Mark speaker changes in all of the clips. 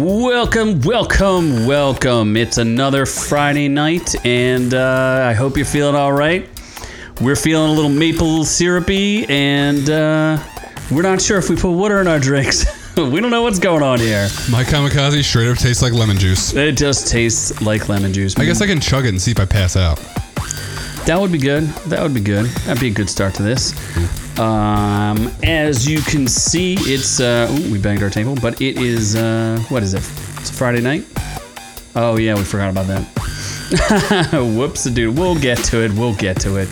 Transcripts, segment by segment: Speaker 1: Welcome, welcome, welcome. It's another Friday night, and uh, I hope you're feeling all right. We're feeling a little maple syrupy, and uh, we're not sure if we put water in our drinks. we don't know what's going on here.
Speaker 2: My kamikaze straight up tastes like lemon juice.
Speaker 1: It just tastes like lemon juice.
Speaker 2: I guess I can chug it and see if I pass out.
Speaker 1: That would be good. That would be good. That'd be a good start to this. Um, as you can see, it's uh, ooh, we banged our table, but it is uh, what is it? It's Friday night. Oh yeah, we forgot about that. Whoops, dude. We'll get to it. We'll get to it.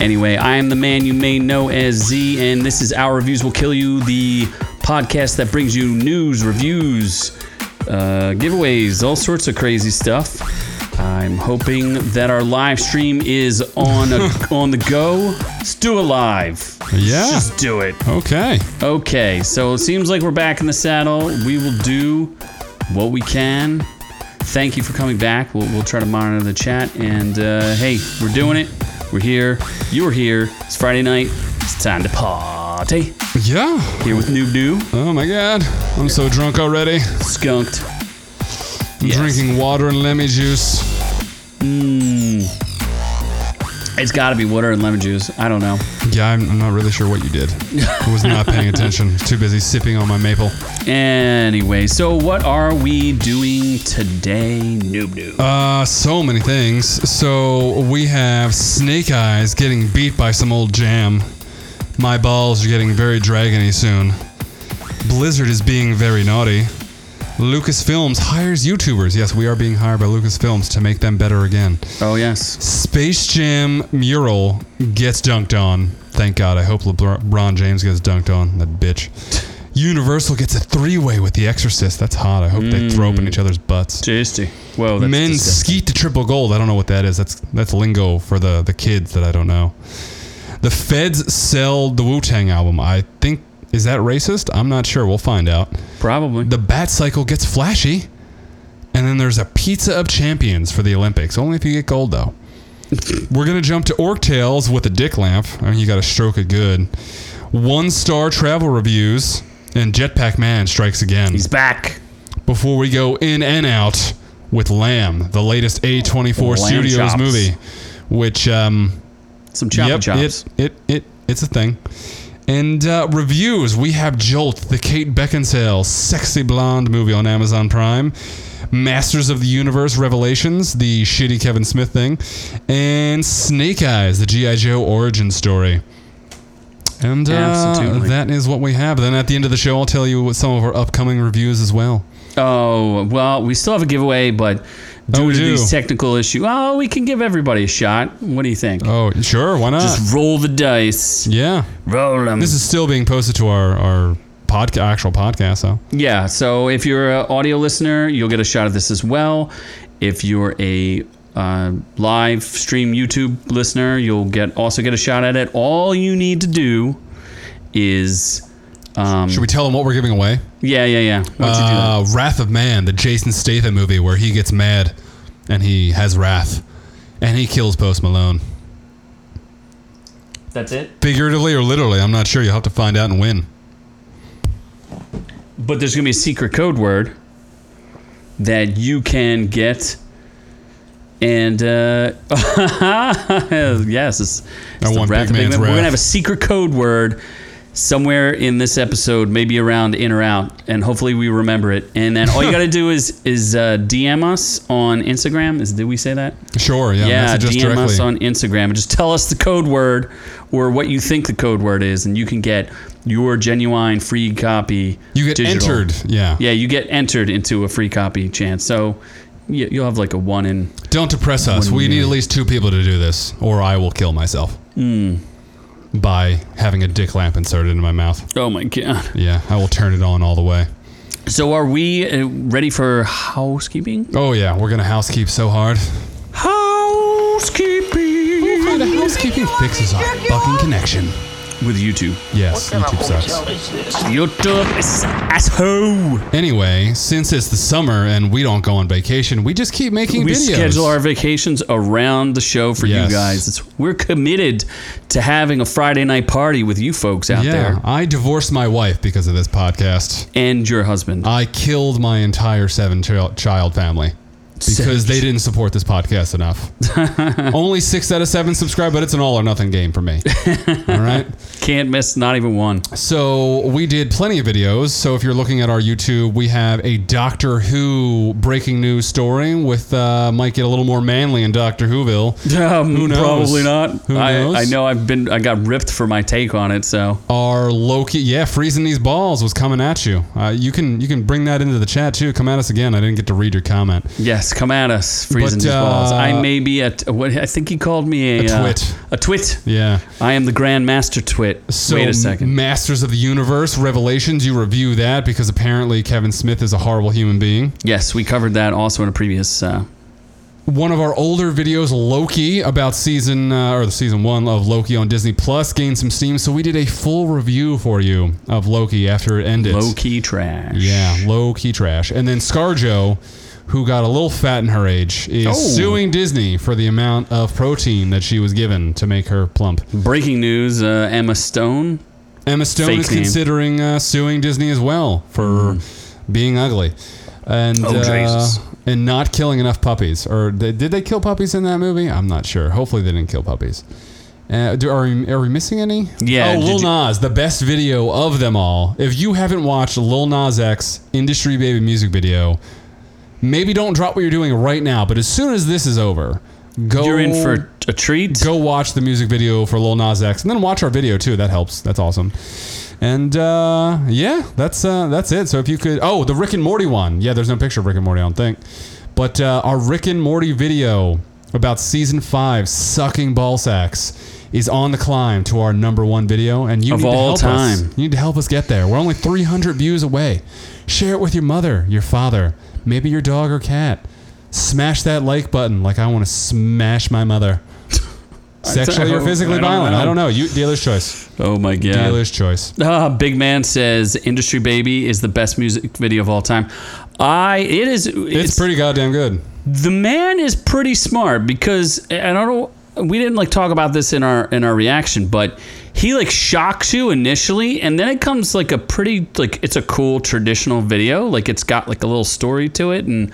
Speaker 1: Anyway, I am the man you may know as Z, and this is Our Reviews Will Kill You, the podcast that brings you news, reviews, uh, giveaways, all sorts of crazy stuff. I'm hoping that our live stream is on a, on the go. Let's do it live.
Speaker 2: Yeah.
Speaker 1: Let's just do it.
Speaker 2: Okay.
Speaker 1: Okay, so it seems like we're back in the saddle. We will do what we can. Thank you for coming back. We'll, we'll try to monitor the chat. And uh, hey, we're doing it. We're here. You are here. It's Friday night. It's time to party.
Speaker 2: Yeah.
Speaker 1: Here with Noob Doo,
Speaker 2: Oh my god. I'm so drunk already.
Speaker 1: skunked.
Speaker 2: I'm
Speaker 1: Yes.
Speaker 2: drinking water and lemon juice.
Speaker 1: It's got to be water and lemon juice. I don't know.
Speaker 2: Yeah, I'm, I'm not really sure what you did. I was not paying attention. I was too busy sipping on my maple.
Speaker 1: Anyway, so what are we doing today, Noob Doo?
Speaker 2: Uh, so many things. So we have Snake Eyes getting beat by some old jam. My balls are getting very dragony soon. Blizzard is being very naughty. Lucasfilms hires YouTubers. Yes, we are being hired by Lucasfilms to make them better again.
Speaker 1: oh, yes.
Speaker 2: Space Jam mural gets dunked on. Thank God. I hope LeBron James gets dunked on. That bitch. Universal gets a three-way with The Exorcist. That's hot. I hope they throw up in each other's butts.
Speaker 1: Tasty. Whoa, that's
Speaker 2: Men
Speaker 1: disgusting.
Speaker 2: skeet to triple gold. I don't know what that is. That's that's lingo for the the kids that I don't know. The feds sell the Wu Tang album. I think is that racist? I'm not sure. We'll find out.
Speaker 1: Probably.
Speaker 2: The bat cycle gets flashy, and then there's a pizza of champions for the Olympics. Only if you get gold though. We're gonna jump to orc tales with a dick lamp. I mean, you got to stroke it good. One star travel reviews and Jetpack Man strikes again
Speaker 1: He's back.
Speaker 2: before we go in and out with Lamb, the latest A24
Speaker 1: Lamb
Speaker 2: Studios
Speaker 1: chops.
Speaker 2: movie, which um,
Speaker 1: Some choppy
Speaker 2: yep,
Speaker 1: chops.
Speaker 2: it, it it it's a thing. And uh, reviews, we have Jolt, the Kate Beckinsale sexy blonde movie on Amazon Prime, Masters of the Universe Revelations, the shitty Kevin Smith thing, and Snake Eyes, the GI Joe origin story. And uh,
Speaker 1: Absolutely.
Speaker 2: that is what we have. Then at the end of the show, I'll tell you what some of our upcoming reviews as well.
Speaker 1: Oh well, we still have a giveaway, but due
Speaker 2: Oh, we
Speaker 1: to
Speaker 2: do.
Speaker 1: these technical issues, oh, we can give everybody a shot. What do you think?
Speaker 2: Oh, sure. Why not?
Speaker 1: Just roll the dice.
Speaker 2: uh. yeah.
Speaker 1: Roll them.
Speaker 2: This is still being posted to our, our podca- actual podcast, though.
Speaker 1: yeah. So if you're an audio listener, you'll get a shot of this as well. If you're a uh, live stream YouTube listener, you'll get also get a shot at it. All you need to do is, um,
Speaker 2: Should we tell them what we're giving away?
Speaker 1: yeah, yeah, yeah. Why don't you do that?
Speaker 2: Uh, Wrath of Man, the Jason Statham movie where he gets mad and he has wrath and he kills Post Malone.
Speaker 1: That's it.
Speaker 2: Figuratively or literally, I'm not sure. You'll have to find out and win.
Speaker 1: But there's going to be a secret code word that you can get. And uh, yes, it's, it's
Speaker 2: want
Speaker 1: wrath of
Speaker 2: Big Man's
Speaker 1: We're going to
Speaker 2: wrath.
Speaker 1: have a secret code word somewhere in this episode, maybe around in or out, and hopefully we remember it. And then all you got to do is is uh, DM us on Instagram. Is did we say that?
Speaker 2: Sure, yeah.
Speaker 1: yeah,
Speaker 2: message us
Speaker 1: DM
Speaker 2: directly.
Speaker 1: us on Instagram and just tell us the code word or what you think the code word is, and you can get your genuine free copy.
Speaker 2: you get
Speaker 1: digital.
Speaker 2: entered. Yeah.
Speaker 1: Yeah, you get entered into a free copy chance. So you- you'll have like a one in.
Speaker 2: Don't depress us. We need at least two people to do this, or I will kill myself. Hmm. By having a dick lamp inserted into my mouth.
Speaker 1: Oh my god!
Speaker 2: Yeah, I will turn it on all the way.
Speaker 1: So are we uh, ready for housekeeping?
Speaker 2: Oh yeah, we're gonna housekeep so hard.
Speaker 1: Housekeeping.
Speaker 2: housekeeping fixes our fucking connection.
Speaker 1: with YouTube.
Speaker 2: Yes,
Speaker 3: what kind
Speaker 2: YouTube
Speaker 3: of
Speaker 2: sucks.
Speaker 3: hotel is this?
Speaker 1: YouTube is asshole.
Speaker 2: Anyway, since it's the summer and we don't go on vacation, we just keep making
Speaker 1: We
Speaker 2: videos.
Speaker 1: schedule our vacations around the show for
Speaker 2: Yes.
Speaker 1: you guys. It's, we're committed to having a Friday night party with you folks out
Speaker 2: yeah,
Speaker 1: there
Speaker 2: I divorced my wife because of this podcast.
Speaker 1: and your husband.
Speaker 2: I killed my entire seven chil- child family because
Speaker 1: Seven
Speaker 2: they didn't support this podcast enough. Only six out of seven subscribe, but it's an all or nothing game for me. all right.
Speaker 1: Can't miss not even one.
Speaker 2: So we did plenty of videos. So if you're looking at our YouTube, we have a Doctor Who breaking news story with uh, might get a little more manly in Doctor Whoville.
Speaker 1: Um,
Speaker 2: Who knows?
Speaker 1: Probably not.
Speaker 2: Who
Speaker 1: I,
Speaker 2: knows?
Speaker 1: I know I've been I got ripped for my take on it, so
Speaker 2: Our Loki, yeah, freezing these balls was coming at you. Uh, you can you can bring that into the chat too. Come at us again. I didn't get to read your comment.
Speaker 1: yes, come at us, freezing
Speaker 2: But,
Speaker 1: these balls.
Speaker 2: uh,
Speaker 1: I may be at what I think he called me a,
Speaker 2: A
Speaker 1: uh,
Speaker 2: twit.
Speaker 1: a twit.
Speaker 2: Yeah.
Speaker 1: I am the Grand Master Twit.
Speaker 2: So
Speaker 1: Wait a second.
Speaker 2: Masters of the Universe Revelations. You review that because apparently Kevin Smith is a horrible human being.
Speaker 1: yes, we covered that also in a previous. Uh,
Speaker 2: one of our older videos, Loki, about season uh, or the season one of Loki on Disney Plus, gained some steam. So we did a full review for you of Loki after it ended.
Speaker 1: Low key trash.
Speaker 2: Yeah, low key trash. And then ScarJo, who got a little fat in her age, is
Speaker 1: Oh.
Speaker 2: suing Disney for the amount of protein that she was given to make her plump.
Speaker 1: Breaking news: uh, Emma Stone.
Speaker 2: Emma Stone
Speaker 1: Fake
Speaker 2: is
Speaker 1: name.
Speaker 2: considering uh, suing Disney as well for being ugly and
Speaker 1: Mm-hmm. Oh,
Speaker 2: uh,
Speaker 1: Jesus.
Speaker 2: and not killing enough puppies. Or they, did they kill puppies in that movie? I'm not sure. Hopefully, they didn't kill puppies. Uh, do, are, we, are we missing any?
Speaker 1: Yeah,
Speaker 2: Oh,
Speaker 1: did
Speaker 2: Lil
Speaker 1: you-
Speaker 2: Nas, the best video of them all. If you haven't watched Lil Nas X Industry Baby music video, maybe don't drop what you're doing right now. But as soon as this is over, go
Speaker 1: You're in for a treat.
Speaker 2: Oh. go watch the music video for Lil Nas X, and then watch our video too. That helps. That's awesome. And uh, yeah, that's uh, that's it. So if you could, oh, the Rick and Morty one. Yeah, there's no picture of Rick and Morty. I don't think. But uh, our Rick and Morty video about season five sucking ball sacks is on the climb to our number one video, and you
Speaker 1: Of
Speaker 2: need to
Speaker 1: all
Speaker 2: help us.
Speaker 1: time.
Speaker 2: You need to help us get there. We're only 300 views away. Share it with your mother, your father, maybe your dog or cat. Smash that like button like I want to smash my mother. Sexually or physically
Speaker 1: I don't
Speaker 2: violent.
Speaker 1: know.
Speaker 2: I don't know. You dealer's choice.
Speaker 1: Oh my god.
Speaker 2: Dealer's choice.
Speaker 1: Ah, Big Man says "Industry Baby" is the best music video of all time. I it is.
Speaker 2: It's, pretty goddamn good.
Speaker 1: the man is pretty smart because and I don't we didn't like talk about this in our in our reaction, but he like shocks you initially and then it comes like a pretty like it's a cool traditional video. Like it's got like a little story to it and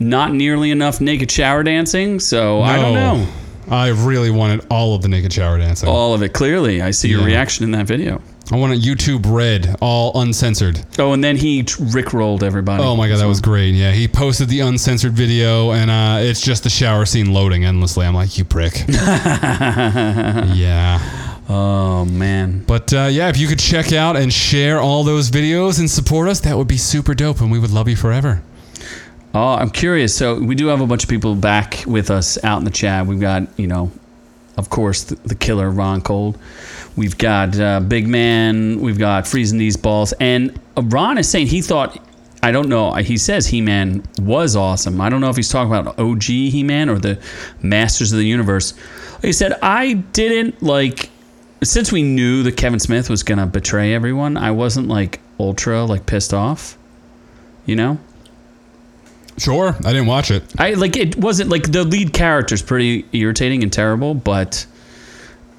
Speaker 1: not nearly enough naked shower dancing, so I don't
Speaker 2: No.
Speaker 1: know.
Speaker 2: I really wanted all of the naked shower dancing.
Speaker 1: All of it clearly. I see your
Speaker 2: Yeah.
Speaker 1: reaction in that video.
Speaker 2: I wanted YouTube red, all uncensored.
Speaker 1: Oh, and then he t- rickrolled everybody.
Speaker 2: Oh my god, that was great. Yeah, he posted the uncensored video, and uh, it's just the shower scene loading endlessly. I'm like, you prick. yeah,
Speaker 1: Oh man.
Speaker 2: but uh, yeah, if you could check out and share all those videos and support us, that would be super dope, and we would love you forever.
Speaker 1: Oh, I'm curious. So we do have a bunch of people back with us out in the chat. We've got, you know, of course, the, the killer Ron Cold. We've got uh, Big Man. We've got freezing these balls. And uh, Ron is saying he thought, I don't know. uh, He says He Man was awesome. I don't know if he's talking about OG He Man or the Masters of the Universe. He said I didn't like. Since we knew that Kevin Smith was gonna betray everyone, I wasn't like ultra like pissed off. You know.
Speaker 2: Sure, I didn't watch it.
Speaker 1: I like it wasn't like the lead character's pretty irritating and terrible, but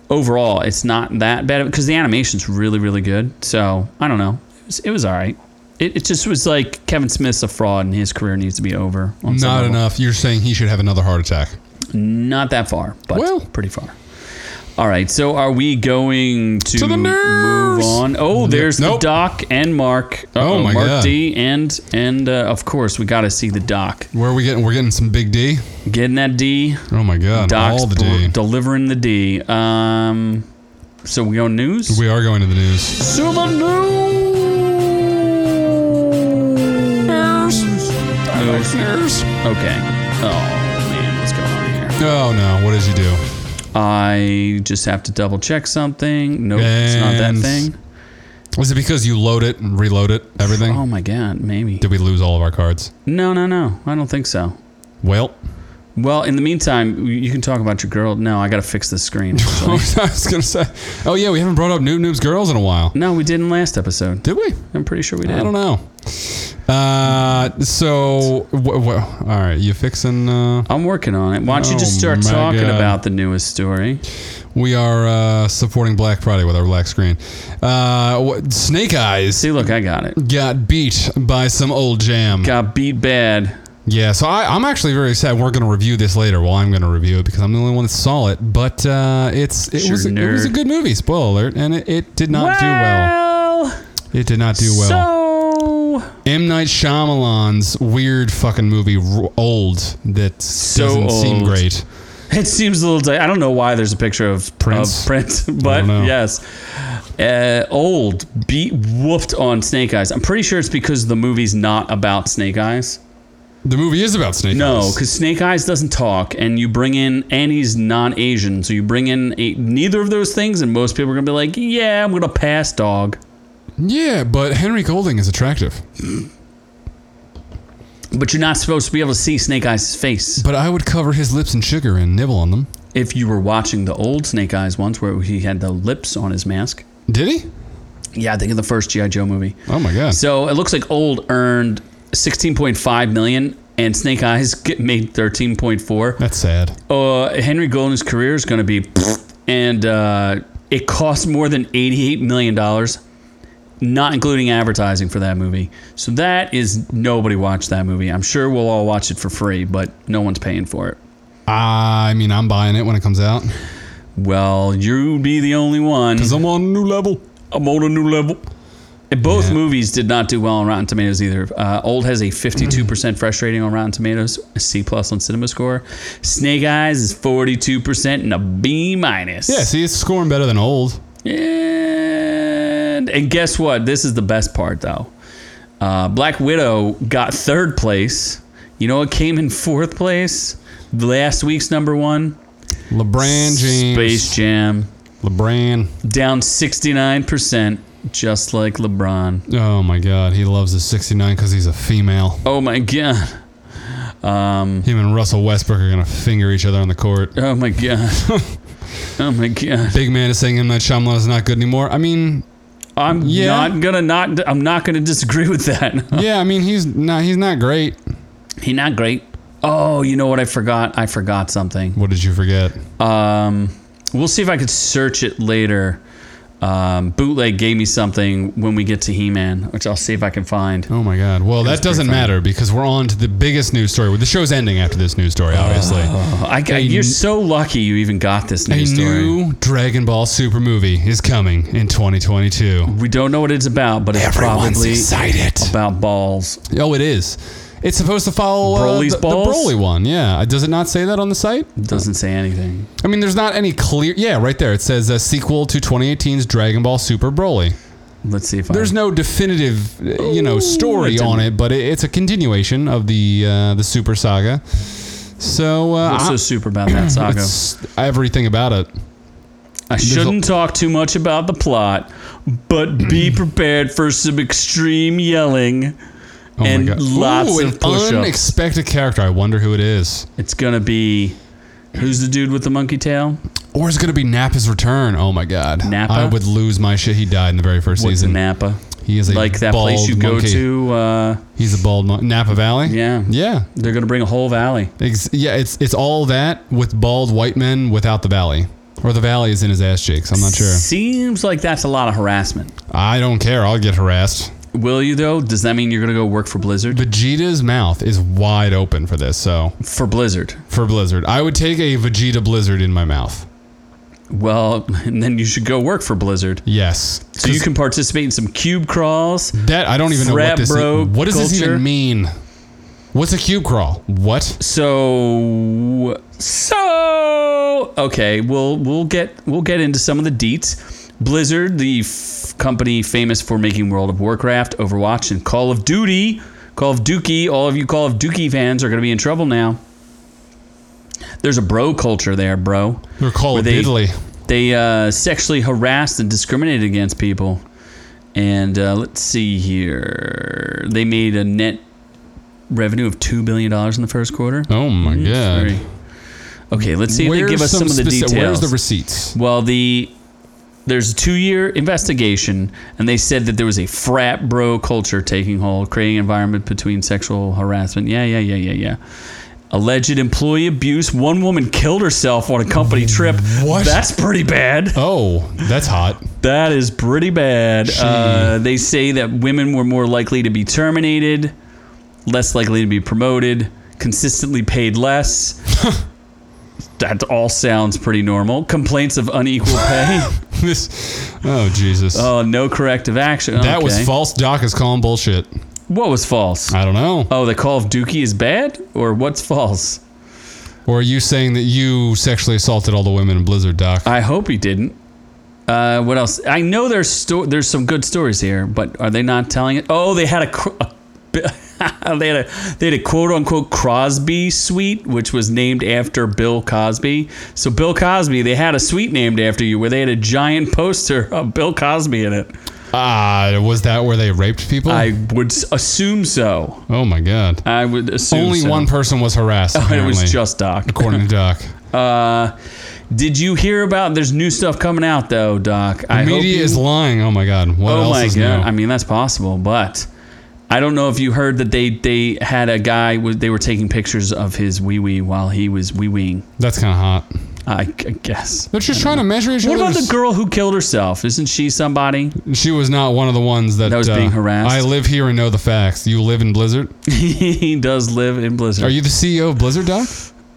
Speaker 1: overall it's not that bad because the animation's really really good. So I don't know, it was, it was all right. It, it just was like Kevin Smith's a fraud and his career needs to be over. on some
Speaker 2: Not
Speaker 1: level.
Speaker 2: enough. You're saying he should have another heart attack.
Speaker 1: Not that far, but
Speaker 2: Well.
Speaker 1: pretty far. All right, so are we going to,
Speaker 2: the
Speaker 1: move
Speaker 2: news!
Speaker 1: on? Oh, there's
Speaker 2: Nope. Oh
Speaker 1: the doc and Mark. Uh-oh,
Speaker 2: my
Speaker 1: Mark
Speaker 2: God.
Speaker 1: D and and uh, of course we got to see the doc.
Speaker 2: Where are we getting? We're getting some big D.
Speaker 1: Getting that D.
Speaker 2: Oh my god,
Speaker 1: Doc's
Speaker 2: all the
Speaker 1: br-
Speaker 2: D.
Speaker 1: delivering the D. Um, so we go news.
Speaker 2: We are going to the news.
Speaker 1: to the news. Okay. Oh man, what's going on here?
Speaker 2: Oh no, what did you do?
Speaker 1: I just have to double check something. Nope, it's not that
Speaker 2: And-
Speaker 1: thing.
Speaker 2: Was it because you load it and reload it? Everything?
Speaker 1: Oh my god, maybe.
Speaker 2: Did we lose all of our cards?
Speaker 1: No, no, no. I don't think so.
Speaker 2: Well,
Speaker 1: Well, in the meantime, you- you can talk about your girl. No, I got to fix this screen.
Speaker 2: I was gonna say. Oh yeah, we haven't brought up Noob Noob's girls in a while.
Speaker 1: no, we didn't last episode.
Speaker 2: Did we?
Speaker 1: I'm pretty sure we did.
Speaker 2: I don't know. Uh, so wh- wh- all right, you fixing? Uh,
Speaker 1: I'm working on it. Why don't you just
Speaker 2: Oh,
Speaker 1: start
Speaker 2: my
Speaker 1: talking
Speaker 2: God.
Speaker 1: about the newest story?
Speaker 2: we are uh, supporting Black Friday with our black screen. Uh, what, Snake Eyes
Speaker 1: See, look, I got it.
Speaker 2: got beat by some old jam.
Speaker 1: Got beat bad.
Speaker 2: Yeah, so I, I'm actually very sad. We're going to review this later. Well, I'm going to review it because I'm the only one that saw it. But uh, it's it
Speaker 1: Sure
Speaker 2: was it was a
Speaker 1: nerd.
Speaker 2: good movie. Spoiler alert! And it, it did not do well. It did not do well.
Speaker 1: well. So
Speaker 2: M Night Shyamalan's weird fucking movie, r- old that doesn't seem
Speaker 1: old.
Speaker 2: great.
Speaker 1: it seems a little. di- I don't know why there's a picture of
Speaker 2: Prince?
Speaker 1: of Prince
Speaker 2: I
Speaker 1: but
Speaker 2: don't know.
Speaker 1: yes, uh, old beat whooped on Snake Eyes. I'm pretty sure it's because the movie's not about Snake Eyes.
Speaker 2: The movie is about Snake.
Speaker 1: No,
Speaker 2: Eyes.
Speaker 1: because Snake Eyes doesn't talk, and you bring in Annie's non-Asian, so you bring in a, neither of those things, and most people are gonna be like, "Yeah, I'm gonna pass, dog."
Speaker 2: yeah, but Henry Golding is attractive.
Speaker 1: But you're not supposed to be able to see Snake Eyes' face.
Speaker 2: But I would cover his lips in sugar and nibble on them.
Speaker 1: If you were watching the old Snake Eyes ones, where he had the lips on his mask.
Speaker 2: Did he?
Speaker 1: Yeah, I think in the first GI Joe movie.
Speaker 2: Oh my god!
Speaker 1: So it looks like Old earned 16.5 million, and Snake Eyes get made 13.4.
Speaker 2: That's sad.
Speaker 1: Uh, Henry Golden's career is going to be, and uh, it cost more than 88 million dollars, not including advertising for that movie. So that is nobody watched that movie. I'm sure we'll all watch it for free, but no one's paying for it.
Speaker 2: I mean, I'm buying it when it comes out.
Speaker 1: Well, you'd be the only one.
Speaker 2: Cause I'm on a new level.
Speaker 1: I'm on a new level. And both
Speaker 2: Yeah.
Speaker 1: movies did not do well on Rotten Tomatoes either. Uh, Old has a 52% fresh rating on Rotten Tomatoes, a C plus on Cinema Score. Snake Eyes is 42% and a B minus.
Speaker 2: Yeah, see, it's scoring better than old.
Speaker 1: And and guess what? This is the best part though. Uh, Black Widow got third place. You know what came in fourth place? Last week's number one,
Speaker 2: LeBron James.
Speaker 1: Space Jam,
Speaker 2: LeBron.
Speaker 1: down 69%, just like LeBron.
Speaker 2: Oh my god, he loves the 69 because he's a female.
Speaker 1: Oh my god. Um.
Speaker 2: Him and Russell Westbrook are gonna finger each other on the court.
Speaker 1: Oh my god. oh my god.
Speaker 2: Big man is saying M Night Shyamalan is not good anymore. I mean,
Speaker 1: I'm
Speaker 2: Yeah.
Speaker 1: not gonna not. I'm not gonna disagree with that.
Speaker 2: yeah, I mean he's not he's not great.
Speaker 1: he not great. Oh, you know what? I forgot. I forgot something.
Speaker 2: What did you forget?
Speaker 1: Um, we'll see if I could search it later. Um, bootleg gave me something when we get to He-Man, which I'll see if I can find.
Speaker 2: Oh my god. Well, that
Speaker 1: pretty
Speaker 2: doesn't
Speaker 1: funny.
Speaker 2: matter because we're on to the biggest news story. Well, The show's ending after this news story, obviously.
Speaker 1: Oh, I, I- you're so lucky you even got this
Speaker 2: a
Speaker 1: news story.
Speaker 2: new Dragon Ball Super movie is coming in 2022.
Speaker 1: we don't know what it's about, but it's probably
Speaker 2: excited.
Speaker 1: about balls.
Speaker 2: Oh, it is. It's supposed to follow uh,
Speaker 1: Broly's
Speaker 2: the, the
Speaker 1: balls?
Speaker 2: Broly one. Yeah. Uh, Does it not say that on the site?
Speaker 1: It doesn't say anything.
Speaker 2: I mean, there's not any clear. Yeah, right there. It says a sequel to 2018's Dragon Ball Super Broly.
Speaker 1: Let's see if I.
Speaker 2: There's no definitive, uh, you know, story
Speaker 1: it
Speaker 2: on it, but it, it's a continuation of the uh, the Super saga. So, uh,
Speaker 1: What's
Speaker 2: I-
Speaker 1: so super about that saga?
Speaker 2: it's everything about it.
Speaker 1: I shouldn't talk too much about the plot, but be prepared for some extreme yelling.
Speaker 2: Oh
Speaker 1: And
Speaker 2: my God.
Speaker 1: lots
Speaker 2: Ooh,
Speaker 1: of
Speaker 2: an
Speaker 1: push-ups.
Speaker 2: unexpected character. I wonder who it is.
Speaker 1: It's gonna be who's the dude with the monkey tail?
Speaker 2: Or it's gonna be Nappa's return. Oh my god.
Speaker 1: Nappa?
Speaker 2: I would lose my shit. He died in the very first
Speaker 1: What's in
Speaker 2: season.
Speaker 1: Napa?
Speaker 2: he is a
Speaker 1: Like that
Speaker 2: bald
Speaker 1: place you go
Speaker 2: monkey.
Speaker 1: to? Uh,
Speaker 2: He's a bald monkey. Napa Valley?
Speaker 1: yeah,
Speaker 2: Yeah.
Speaker 1: they're gonna bring a whole valley.
Speaker 2: Ex- yeah, it's it's all that with bald white men without the valley. Or the valley is in his ass cheeks. I'm not sure.
Speaker 1: Seems like that's a lot of harassment.
Speaker 2: I don't care. I'll get harassed.
Speaker 1: Will you though? Does that mean you're gonna go work for Blizzard?
Speaker 2: Vegeta's mouth is wide open for this. So
Speaker 1: For Blizzard.
Speaker 2: for Blizzard, I would take a Vegeta Blizzard in my mouth.
Speaker 1: Well, and then you should go work for Blizzard.
Speaker 2: Yes.
Speaker 1: So you can participate in some cube crawls.
Speaker 2: That I don't even know what
Speaker 1: Frat
Speaker 2: this. e-,
Speaker 1: bro
Speaker 2: what does this
Speaker 1: culture.
Speaker 2: even mean? What's a cube crawl? What?
Speaker 1: So so okay, we'll we'll get we'll get into some of the deets. Blizzard, the f- company famous for making World of Warcraft, Overwatch, and Call of Duty, Call of Dookie. All of you Call of Dookie fans are going to be in trouble now. There's a bro culture there, bro.
Speaker 2: They're
Speaker 1: Were
Speaker 2: called
Speaker 1: they-
Speaker 2: Italy.
Speaker 1: They uh, sexually harassed and discriminated against people. And uh, let's see here. They made a net revenue of two billion dollars in the first quarter.
Speaker 2: Oh my god.
Speaker 1: Very- Okay, let's see if Hmm, they
Speaker 2: Where's
Speaker 1: give us some, of the
Speaker 2: speci-
Speaker 1: details.
Speaker 2: Where's the receipts?
Speaker 1: well, the there's a two-year investigation, and they said that there was a frat bro culture taking hold, creating an environment between sexual harassment. Yeah, yeah, yeah, yeah, yeah. Alleged employee abuse. One woman killed herself on a company trip.
Speaker 2: What?
Speaker 1: That's pretty bad.
Speaker 2: Oh, that's hot.
Speaker 1: That is pretty bad.
Speaker 2: Gee.
Speaker 1: Uh, they say that women were more likely to be terminated, less likely to be promoted, consistently paid less. that all sounds pretty normal. Complaints of unequal pay.
Speaker 2: this. Oh Jesus.
Speaker 1: oh, no corrective action.
Speaker 2: that was
Speaker 1: Okay.
Speaker 2: false. Doc is calling bullshit.
Speaker 1: What was false?
Speaker 2: I don't know.
Speaker 1: Oh, the Call of Dookie is bad? Or what's false?
Speaker 2: Or are you saying that you sexually assaulted all the women in Blizzard, Doc?
Speaker 1: I hope he didn't. Uh, what else? I know there's sto- there's some good stories here, but are they not telling it? Oh, they had a, cr- a they had a they had a quote unquote Crosby suite, which was named after Bill Cosby. So Bill Cosby, they had a suite named after you, where they had a giant poster of Bill Cosby in it.
Speaker 2: Ah, was that where they raped people?
Speaker 1: I would s- assume so.
Speaker 2: oh my God.
Speaker 1: I would assume
Speaker 2: Only
Speaker 1: so.
Speaker 2: one person was harassed.
Speaker 1: It
Speaker 2: Apparently,
Speaker 1: was just Doc.
Speaker 2: according to Doc.
Speaker 1: Uh, did you hear about? There's new stuff coming out though, Doc. I hope
Speaker 2: Media
Speaker 1: you-
Speaker 2: is lying. Oh my God. What
Speaker 1: Oh
Speaker 2: else
Speaker 1: my
Speaker 2: is
Speaker 1: god!
Speaker 2: new?
Speaker 1: I mean, that's possible, but I don't know if you heard that they they had a guy was they were taking pictures of his wee wee while he was wee weeing.
Speaker 2: That's kind of hot.
Speaker 1: I, I guess.
Speaker 2: They're just trying to measure each
Speaker 1: What
Speaker 2: other.
Speaker 1: about the girl who killed herself? Isn't she somebody?
Speaker 2: She was not one of the ones that, uh,
Speaker 1: That was being harassed?
Speaker 2: I live here and know the facts. You live in Blizzard.
Speaker 1: he does live in Blizzard.
Speaker 2: Are you the CEO of Blizzard, Doc?